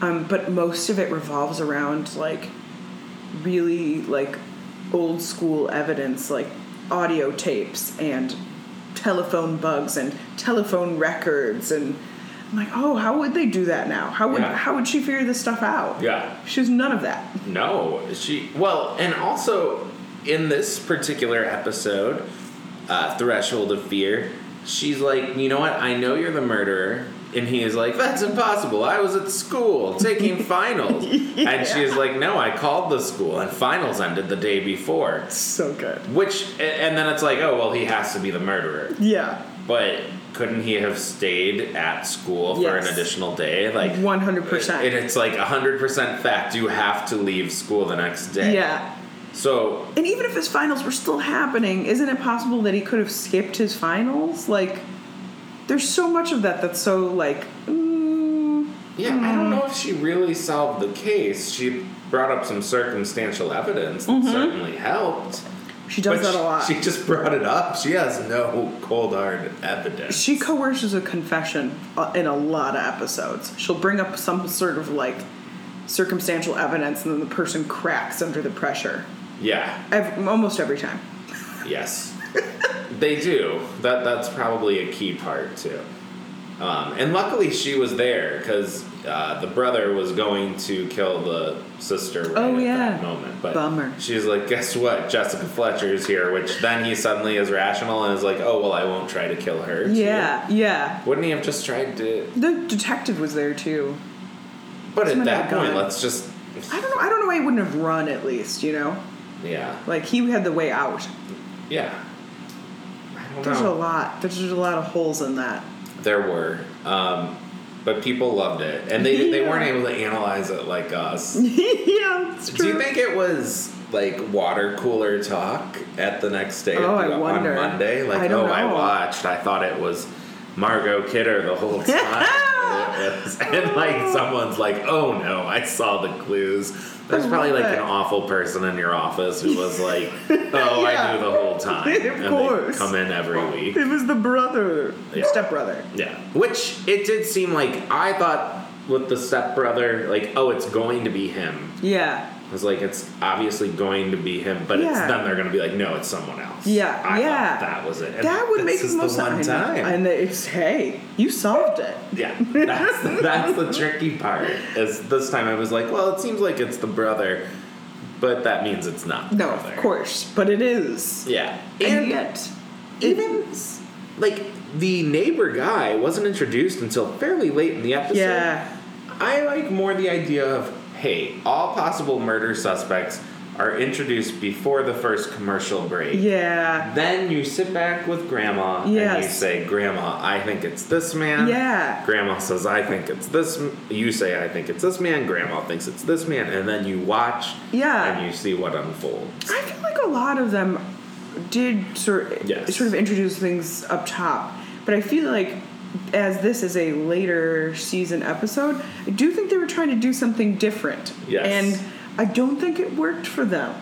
um, but most of it revolves around like really like old school evidence like audio tapes and telephone bugs and telephone records and I'm like, oh, how would they do that now? How would
Yeah.
how would she figure this stuff out?
Yeah.
She was none of that.
No, she. Well, and also in this particular episode, uh, Threshold of Fear, she's like, you know what? I know you're the murderer. And he is like, that's impossible. I was at school taking finals. And she is like, no, I called the school, and finals ended the day before.
So good.
Which, a- and then it's like, oh, well, he has to be the murderer.
Yeah.
But couldn't he have stayed at school for
Yes.
an additional day? Like,
One hundred
and
percent.
it's like 100% fact you have to leave school the next day.
Yeah.
So,
And even if his finals were still happening, isn't it possible that he could have skipped his finals? Like, there's so much of that that's so like, mm,
yeah, I don't know if she really solved the case. She brought up some circumstantial evidence that certainly helped.
she Mm-hmm. does
but
that
she-
a lot.
(laughs) She just brought it up. She has no cold hard evidence.
She coerces a confession uh, in a lot of episodes. She'll bring up some sort of like circumstantial evidence, and then the person cracks under the pressure.
yeah.
Ev almost every time.
Yes, they do. That that's probably a key part too. Um, and luckily, she was there because uh, the brother was going to kill the sister right
Oh,
at
yeah.
that moment. But
Bummer.
She's like, guess what? Jessica Fletcher's here. Which then he suddenly is rational and is like, oh well, I won't try to kill her. too."
Yeah, yeah.
Wouldn't he have just tried to?
The detective was there too.
But at
Someone
that
had a
point,
gun.
let's just.
I don't know. I don't know why he wouldn't have run. At least you know,
Yeah.
like he had the way out.
Yeah. I don't
There's
know.
a lot. There's just a lot of holes in that. (laughs)
There were, um, but people loved it, and they they
Yeah.
weren't able to analyze it like us.
yeah, it's
Do
true.
you think it was like water cooler talk at the next day?
Oh,
at the-
I wonder.
On Monday, like
I don't
oh, I
know.
watched. I thought it was Margot Kidder the
(laughs)
whole time. And it was- and like someone's like, oh no, I saw the clues. There's
I
probably
love
like an
it.
awful person in your office who was
(laughs)
like, oh,
Yeah.
I knew the whole time.
(laughs) Of
and they
course.
come in every week.
it was the brother,
Yeah.
stepbrother.
Yeah. Which it did seem like I thought with the stepbrother, like, oh, it's going to be him.
Yeah.
I was like, it's obviously going to be him, but it's
Yeah.
then they're gonna be like, no, it's someone else.
Yeah,
I
yeah.
Thought that was it. And
That would
this
make
is
the most
the one
I know.
time.
And it's hey, you solved it.
yeah,
(laughs)
that's the, that's the tricky part. Is this time I was like, well, it seems like it's the brother, but that means it's not. The
No,
brother.
of course, but it is.
Yeah,
And,
and
yet,
even
it is.
like the neighbor guy wasn't introduced until fairly late in the episode.
yeah,
I like more the idea of hey, all possible murder suspects are introduced before the first commercial break.
yeah,
Then you sit back with grandma and you
Yes.
say, Grandma, I think it's this man.
Yeah.
Grandma says, I think it's this. m-" You say, I think it's this man. Grandma thinks it's this man. And then you watch
Yeah.
and you see what unfolds.
I feel like a lot of them did sort
Yes.
sort of introduce things up top, but I feel like as this is a later season episode, I do think they were trying to do something different.
Yes.
and I don't think it worked for them.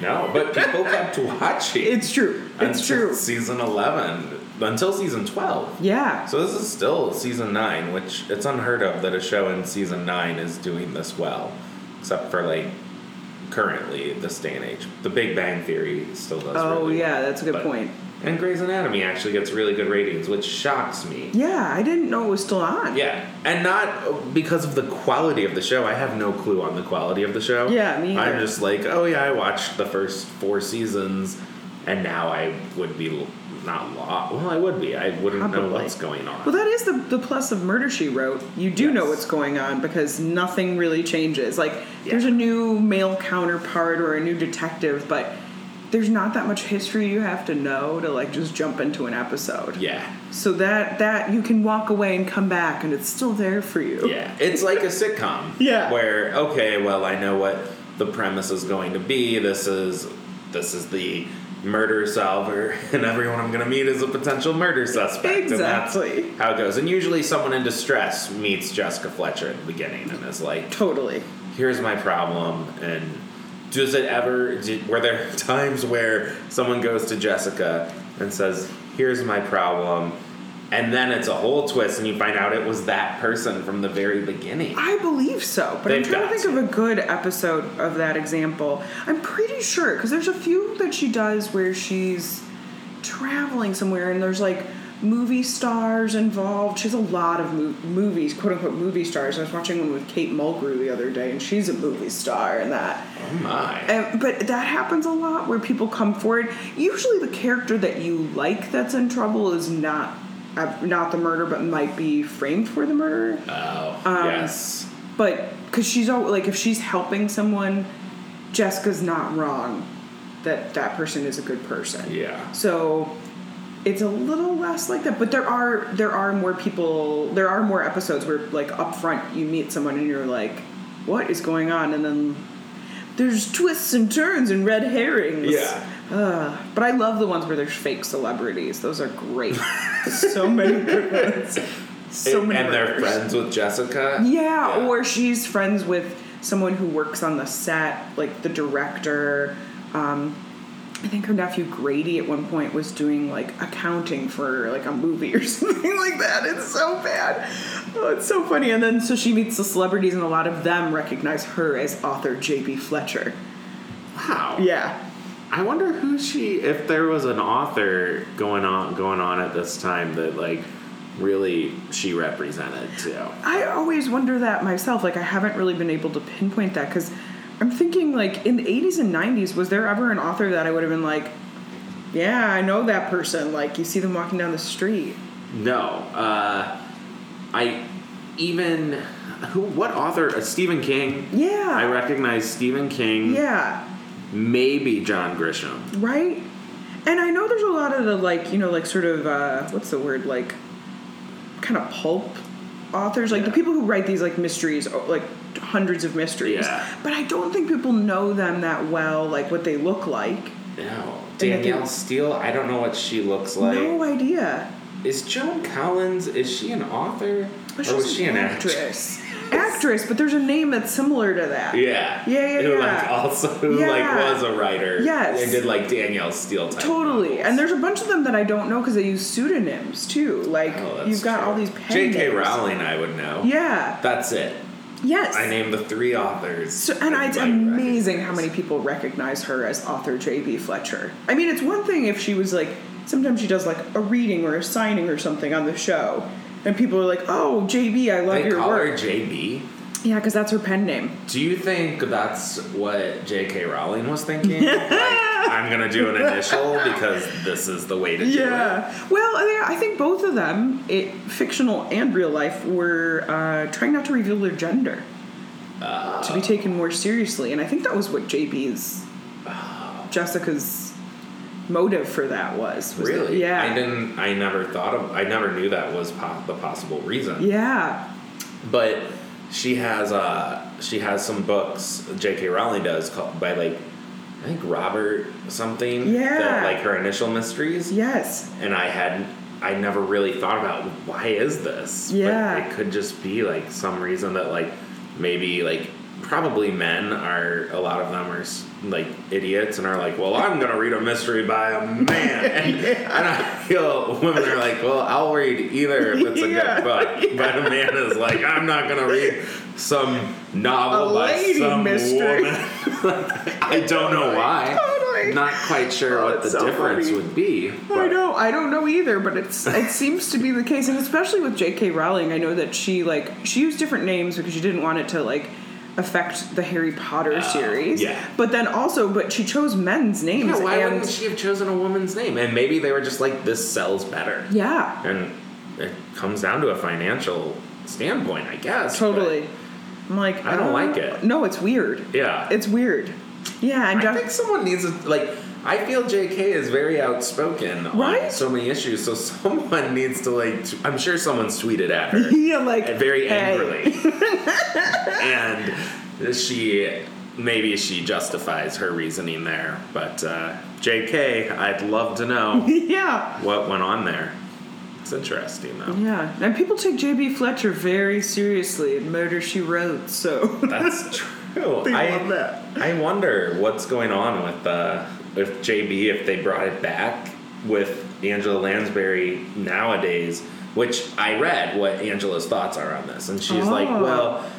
No, but people kept watching.
It's true. It's
until
true.
Season 11, until season 12.
Yeah.
So this is still season nine, which it's unheard of that a show in season nine is doing this well, except for like currently this day and age. The Big Bang Theory still does.
Oh
really
yeah,
well,
that's a good
but-
point.
And Grey's Anatomy actually gets really good ratings, which shocks me.
Yeah, I didn't know it was still on.
Yeah, and not because of the quality of the show. I have no clue on the quality of the show.
Yeah, me
I'm
either.
just like, oh yeah, I watched the first four seasons, and now I would be l- not lost. Well, I would be. I wouldn't know
Probably.
what's going on.
Well, that is the, the plus of Murder She Wrote. You do know
Yes.
what's going on because nothing really changes. Like,
Yeah.
there's a new male counterpart or a new detective, but there's not that much history you have to know to like just jump into an episode.
Yeah.
So that that you can walk away and come back and it's still there for you.
Yeah. It's like a sitcom.
Yeah.
Where okay, well, I know what the premise is going to be. This is this is the murder solver, (laughs) and everyone I'm going to meet is a potential murder suspect. And that's
Exactly.
how it goes. And usually, someone in distress meets Jessica Fletcher at the beginning and is like,
Totally.
here's my problem and does it ever did, were there (laughs) times where someone goes to jessica and says here's my problem and then it's a whole twist and you find out it was that person from the very beginning
I believe so, but I'm
They've
trying to
got
think of a good episode of that example. I'm pretty sure because there's a few that she does where she's traveling somewhere and there's like movie stars involved. She has a lot of mo- movies, quote unquote, movie stars. I was watching one with Kate Mulgrew the other day, and she's a movie star in that.
oh my
And, but that happens a lot where people come forward. Usually, the character that you like that's in trouble is not uh, not the murderer, but might be framed for the murderer
oh
Um,
yes
but because she's all like if she's helping someone jessica's not wrong that that person is a good person
Yeah.
so it's a little less like that but there are there are more people there are more episodes where like up front you meet someone and you're like what is going on and then there's twists and turns and red herrings
Yeah.
Ugh. but I love the ones where there's fake celebrities. Those
(laughs)
are great. so many good ones. So
And-
many.
and they're
murders.
friends with jessica
Yeah,
Yeah.
or she's friends with someone who works on the set, like the director. Um, I think her nephew Grady at one point was doing like accounting for like a movie or (laughs) something like that. It's so bad. Oh, it's so funny. And then so she meets the celebrities, and a lot of them recognize her as author J.B. Fletcher.
wow
Yeah.
i wonder who she if there was an author going on going on at this time that like really she represented too
I always wonder that myself. Like, I haven't really been able to pinpoint that because I'm thinking, like, in the 80s and 90s, was there ever an author that I would have been like, yeah, I know that person? Like, you see them walking down the street.
No. Uh, I even who what author? Uh, Stephen King.
Yeah.
I mm. recognize Stephen King.
Yeah.
Maybe John Grisham.
Right? And I know there's a lot of the, like, you know, like, sort of, uh, what's the word? Like, kind of pulp authors. Like, the
Yeah.
people who write these, like, mysteries, or, like, hundreds of mysteries.
Yeah.
But I don't think people know them that well, like, what they look like.
No.
And I
Danielle
think-
Steele. I don't know what she looks like.
no idea.
Is Joan Collins? Is she an author?
But
or
she's
was Oh, she an actress?
actress? actress, but there's a name that's similar to
(laughs)
that.
Yeah.
Yeah, yeah,
Who like
yeah.
also who
Yeah.
like was a writer.
Yes.
And did like Danielle Steele type.
Totally.
novels.
And there's a bunch of them that I don't know because they use pseudonyms too. Like
Oh, that's
you've got
true.
all these pen
J.K.
names.
Rowling, I would know.
Yeah.
That's it.
yes.
I named the three authors.
So, and
that
it's
you might
amazing how
recognize.
many people recognize her as author J.B. Fletcher. I mean, it's one thing if she was like, sometimes she does like a reading or a signing or something on the show, and people are like, "Oh, J.B., I love
They
your
call
work."
her JB.
yeah, because that's her pen name.
Do you think that's what J.K. Rowling was thinking?
(laughs)
like, I'm gonna do an initial because this is the way to do it.
Yeah. Well, I think- I think both of them, it, fictional and real life, were uh, trying not to reveal their gender
Uh.
to be taken more seriously, and I think that was what JB's Jessica's motive for that was. was that-
Really?
yeah.
I didn't. I never thought of. I never knew that was po- the possible reason.
Yeah.
But she has. Uh, she has some books. J.K. Rowling does called by like. I think Robert something.
Yeah.
That, like her initial mysteries.
Yes.
and I hadn't I never really thought about why is this?
Yeah.
But it could just be like some reason that like maybe like probably men are a lot of them are s- like idiots and are like, well, I'm gonna read a mystery by a
(laughs)
man, and, and I feel women are like, well, I'll read either if it's a
Yeah.
good book, but a man is like, I'm not gonna read some novel
A
by
lady
some
mystery.
woman. (laughs) I don't know why.
(laughs) Totally.
Not quite sure
Oh,
what the
it's so
difference
funny.
would be.
I
but-
know. I don't know either, but
(laughs)
it's it seems to be the case, and especially with J.K. Rowling, I know that she like she used different names because she didn't want it to like affect the Harry Potter series.
Oh, yeah.
But then also, but she chose men's names.
Yeah, why
and,
wouldn't she have chosen a woman's name? And maybe they were just like, this sells better.
Yeah.
And it comes down to a financial standpoint, I guess. but-
Totally. I'm like
I don't
uh,
like it.
No, it's weird.
yeah.
It's weird. Yeah, and
I
Jeff- (laughs)
think someone needs to, like, I feel JK is very outspoken on
Right?
so many issues, so (laughs) someone needs to like. t- I'm sure someone tweeted at her
yeah, like
very
hey.
angrily, and she maybe she justifies her reasoning there. But uh, JK, I'd love to know
(laughs) Yeah.
what went on there. It's interesting though.
Yeah, and people take J.B. Fletcher very seriously in Murder She Wrote,
(laughs)
so
That's true.
They
I
love that.
I wonder what's going on with uh, with JB if they brought it back with Angela Lansbury nowadays. Which I read what Angela's thoughts are on this, and she's like,
Oh.
well.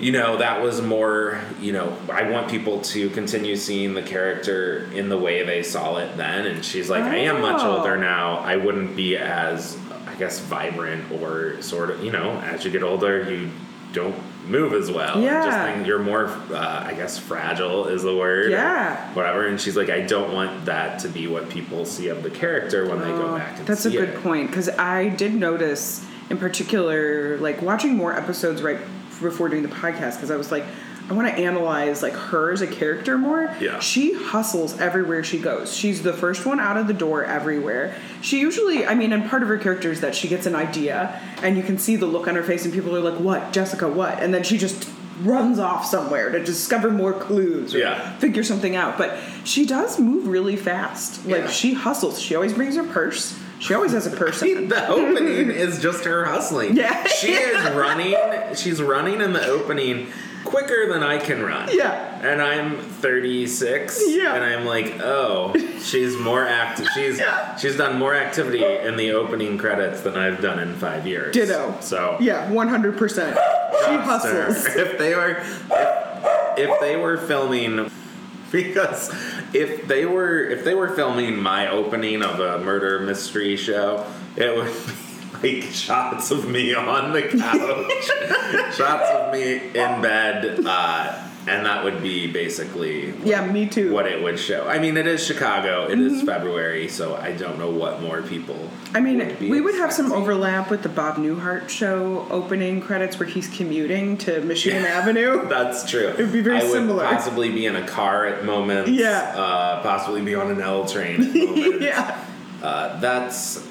You know, that was more, you know, I want people to continue seeing the character in the way they saw it then. And she's like, I am much
Oh.
older now. I wouldn't be as, I guess, vibrant or sort of, you know, as you get older, you don't move as well. And Just
Yeah.
think you're more, uh, I guess, fragile is the word. or
Yeah.
Whatever. And she's like, I don't want that to be what people see of the character when they go
Oh,
back and
that's a
see
good
it.
point because I did notice, in particular, like watching more episodes right before doing the podcast because I was like, I want to analyze like her as a character more.
Yeah.
she hustles everywhere she goes. She's the first one out of the door everywhere. She usually, I mean, and part of her character is that she gets an idea and you can see the look on her face and people are like, "What, Jessica? What?" And then she just runs off somewhere to discover more clues or
Yeah.
figure something out. But she does move really fast. Like
Yeah.
she hustles. She always brings her purse. She always has a purse.
The opening is just her hustling.
Yeah.
(laughs) She is running. She's running in the opening quicker than I can run.
Yeah.
And I'm 36.
Yeah.
And I'm like, oh, she's more active. She's
Yeah.
she's done more activity in the opening credits than I've done in five years.
Ditto.
So
yeah, one hundred percent. She
props to her. (laughs)
hustles.
If they were if, if they were filming because if they were if they were filming my opening of a murder mystery show, it would be like shots of me on the
(laughs)
couch, shots of me in bed, uh, and that would be basically
Yeah, me too.
what it would show. I mean, it is Chicago, It is February, so I don't know what more people.
Mm-hmm. I mean,
be
we would have some overlap with the Bob Newhart show opening credits where he's commuting to
(laughs)
Michigan Avenue.
That's true. It
would be very
I would
similar.
Possibly be in a car at moments.
Yeah.
Uh, possibly be on an L train. At moments.
(laughs) yeah.
Uh, that's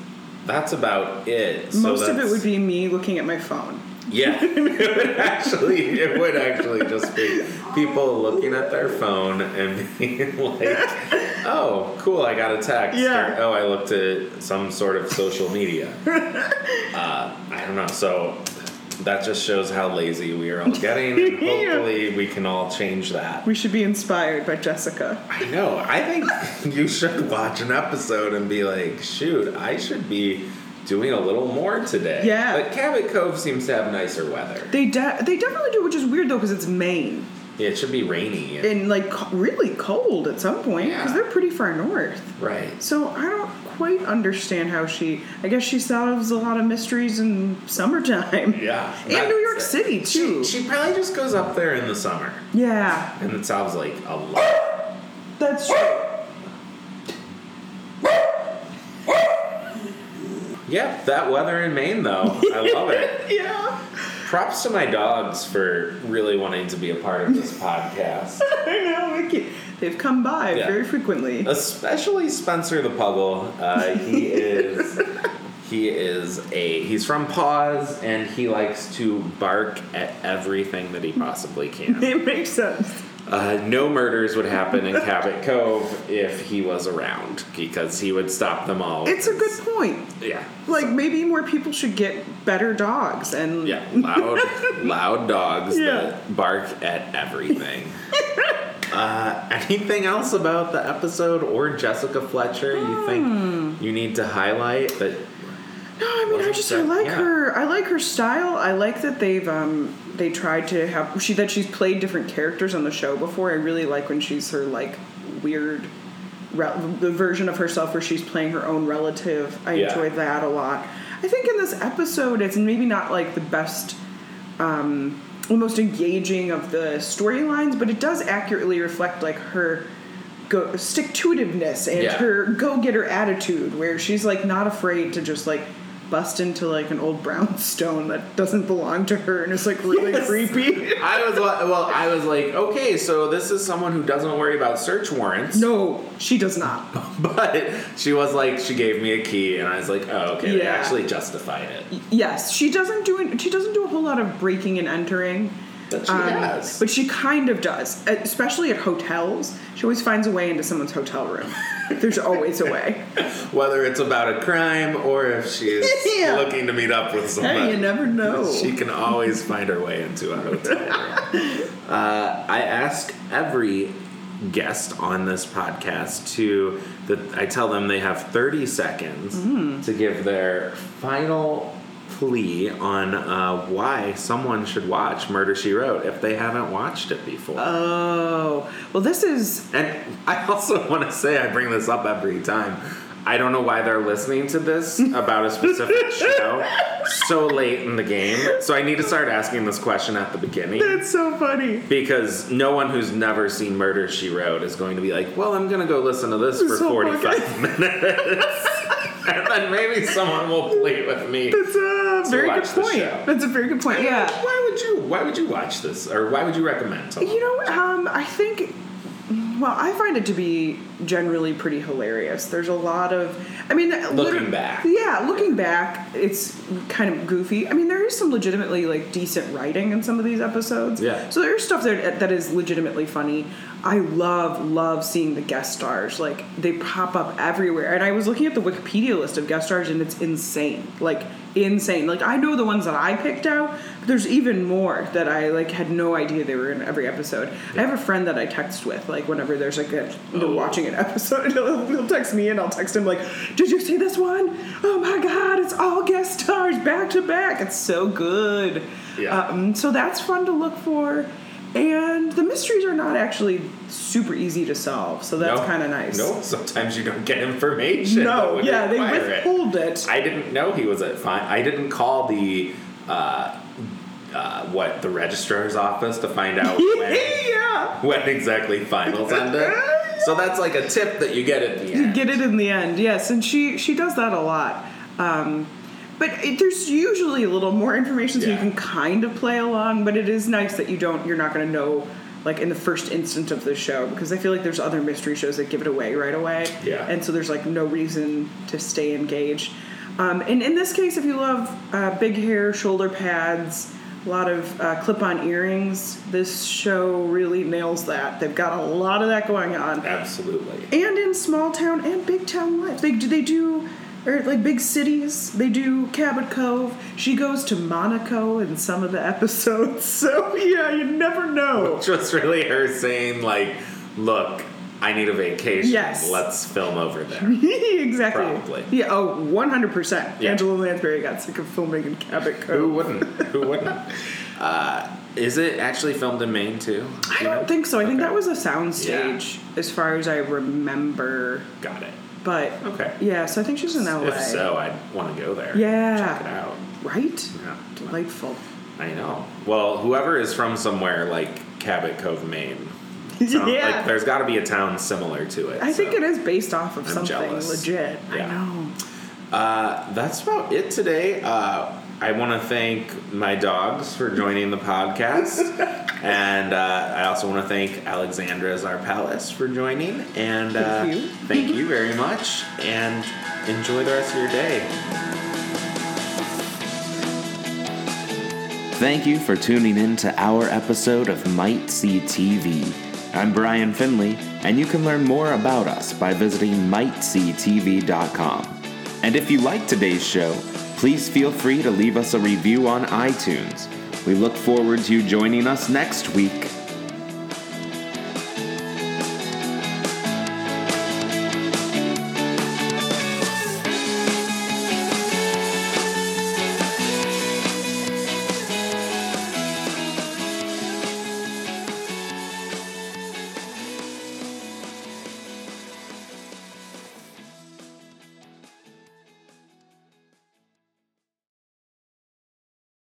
that's about it. So
Most of it
that's-
would be me looking at my phone.
Yeah. (laughs) it would actually. It would actually just be people looking at their phone and being (laughs) like, "Oh, cool! I got a text."
Yeah.
Or, "Oh, I looked at some sort of social
(laughs)
media." uh, I don't know. So. That just shows how lazy we are all getting. And
(laughs) Yeah.
hopefully, we can all change that.
We should be inspired by Jessica.
I know. I think (laughs) you should watch an episode and be like, shoot, I should be doing a little more today.
Yeah.
But Cabot Cove seems to have nicer weather.
They de- they definitely do, which is weird though because it's Maine
Yeah, it should be rainy.
and like co- really cold at some point because
Yeah.
they're pretty far north.
right.
So I don't quite understand how she. I guess she solves a lot of mysteries in summertime.
Yeah.
and New York
That's-
City too.
She probably just goes up there in the summer.
yeah,
And it sounds like a lot.
that's
(laughs)
true.
Yeah, that weather in Maine though. I love
(laughs)
it.
Yeah,
Props to my dogs for really wanting to be a part
(laughs)
of this podcast.
I know. I can't- They've come by
Yeah.
very frequently. (laughs)
especially Spencer the Puggle. Uh, he is he is a he's from Paws, and he likes to bark at everything that he possibly can.
It makes sense.
Uh, no murders would happen in Cabot Cove if he was around because he would stop them all.
It's a good point.
yeah.
Like maybe more people should get better dogs and
Yeah, loud, loud dogs
Yeah.
that bark at everything. uh, anything else about the episode or Jessica Fletcher you
Hmm.
think you need to highlight that
No, I mean, I
Wasn't
just
that-
I like
yeah.
her. I like her style. I like that they've um they tried to have she that she's played different characters on the show before. I really like when she's her like weird re- the version of herself where she's playing her own relative. I
Yeah.
enjoy that a lot. I think in this episode, it's maybe not like the best. Um, the most engaging of the storylines, but it does accurately reflect like her go stick to itiveness and
Yeah.
her go getter attitude where she's like not afraid to just like bust into like an old (laughs) brownstone that doesn't belong to her, and it's like really
Yes.
creepy.
I was li- well. I was like, okay, so this is someone who doesn't worry about search warrants.
No, she does not.
(laughs) But she was like, she gave me a key, and I was like, oh, okay, they
Yeah.
actually justified it.
Yes, she doesn't do. She doesn't do a whole lot of breaking and entering.
But she
Um,
has.
But she kind of does, especially at hotels. She always finds a way into someone's hotel room. There's always a
(laughs)
way.
Whether it's about a crime or if she's
(laughs) Yeah.
looking to meet up with someone.
Hey, you never know.
She can always find her way into a hotel room.
(laughs)
uh, I ask every guest on this podcast to that I tell them they have 30 seconds
Mm.
to give their final plea on uh, why someone should watch Murder She Wrote if they haven't watched it before.
Oh, well, this is
And I (laughs) also want to say, I bring this up every time. I don't know why they're listening to
(laughs)
this about a specific show so late in the game. So I need to start asking this question at the beginning
that's so funny.
because no one who's never seen Murder She Wrote is going to be like, well, I'm going to go listen to this for
This whole
45 (laughs) minutes. and then maybe someone will play with me.
That's a very
watch
good
the
point.
show.
That's a very good point. Yeah.
Why would you? Why would you watch this, or why would you recommend? Someone?
You know, um, I think. Well, I find it to be generally pretty hilarious. There's a lot of, I mean, looking
back.
Yeah, looking back, it's kind of goofy. I mean, there is some legitimately like decent writing in some of these episodes.
Yeah.
So there's stuff that that is legitimately funny. I love love seeing the guest stars. Like they pop up everywhere. And I was looking at the Wikipedia list of guest stars and it's insane. Like insane. Like I know the ones that I picked out, but there's even more that I like had no idea they were in every episode. I have a friend that I text with like whenever there's like a they're watching an episode (laughs) he'll, he'll text me and I'll text him like, "Did you see this one? Oh my god, it's all guest stars back to back. It's so good."
Yeah.
Um, so that's fun to look for. And the mysteries are not actually super easy to solve, so that's
No.
kind of nice.
No, sometimes you don't get information. that
No,
would
yeah, they
require it.
withhold it.
I didn't know he was at fine. I didn't call the uh, uh, what the registrar's office to find
(laughs)
out when,
yeah.
when exactly finals ended. So that's like a tip that you get at the
You
end.
get it in the end, yes. And she she does that a lot. Um, but it, there's usually a little more information, so
Yeah.
you can kind of play along. But it is nice that you don't you're not going to know like in the first instant of the show because I feel like there's other mystery shows that give it away right away.
Yeah.
And so there's like no reason to stay engaged. Um, and in this case, if you love uh, big hair, shoulder pads. A lot of uh, clip-on earrings. This show really nails that. They've got a lot of that going on
Absolutely.
and in small town and big town life. They do they do or like big cities. They do Cabot Cove. She goes to Monaco in some of the episodes. (laughs) So yeah, you never know.
Just really her saying like, "Look, I need a vacation.
Yes.
Let's film over there."
(laughs) exactly.
Probably.
Yeah. Oh, one hundred percent.
Yeah.
Angela Lansbury got sick of filming in Cabot
Who
Cove.
wouldn't? Who wouldn't? Uh, is it actually filmed in Maine too? Do
I
you know?
don't think so. I think
Okay.
that was a soundstage, as far as I remember.
Got it.
But
Okay.
yeah, so I think she's in LA.
If so, I'd want to go there.
Yeah.
Check it out.
Right?
Yeah.
Delightful.
I know. Well, whoever is from somewhere like Cabot Cove,
(laughs)
Maine. sound-
yeah.
Like, there's got to be a town similar to it.
I
so.
think it is based off of
I'm
something
jealous.
legit.
Yeah.
I know.
Uh, that's about it today. Uh, I want to thank my dogs for joining the podcast.
(laughs)
and uh, I also want to thank Alexandra Zarpalis for joining. And uh,
Thank you.
thank you very much. And enjoy the rest of your day.
Thank you for tuning in to our episode of Might See TV. I'm Brian Finley, and you can learn more about us by visiting mightseetv.com. And if you like today's show, please feel free to leave us a review on iTunes. We look forward to you joining us next week.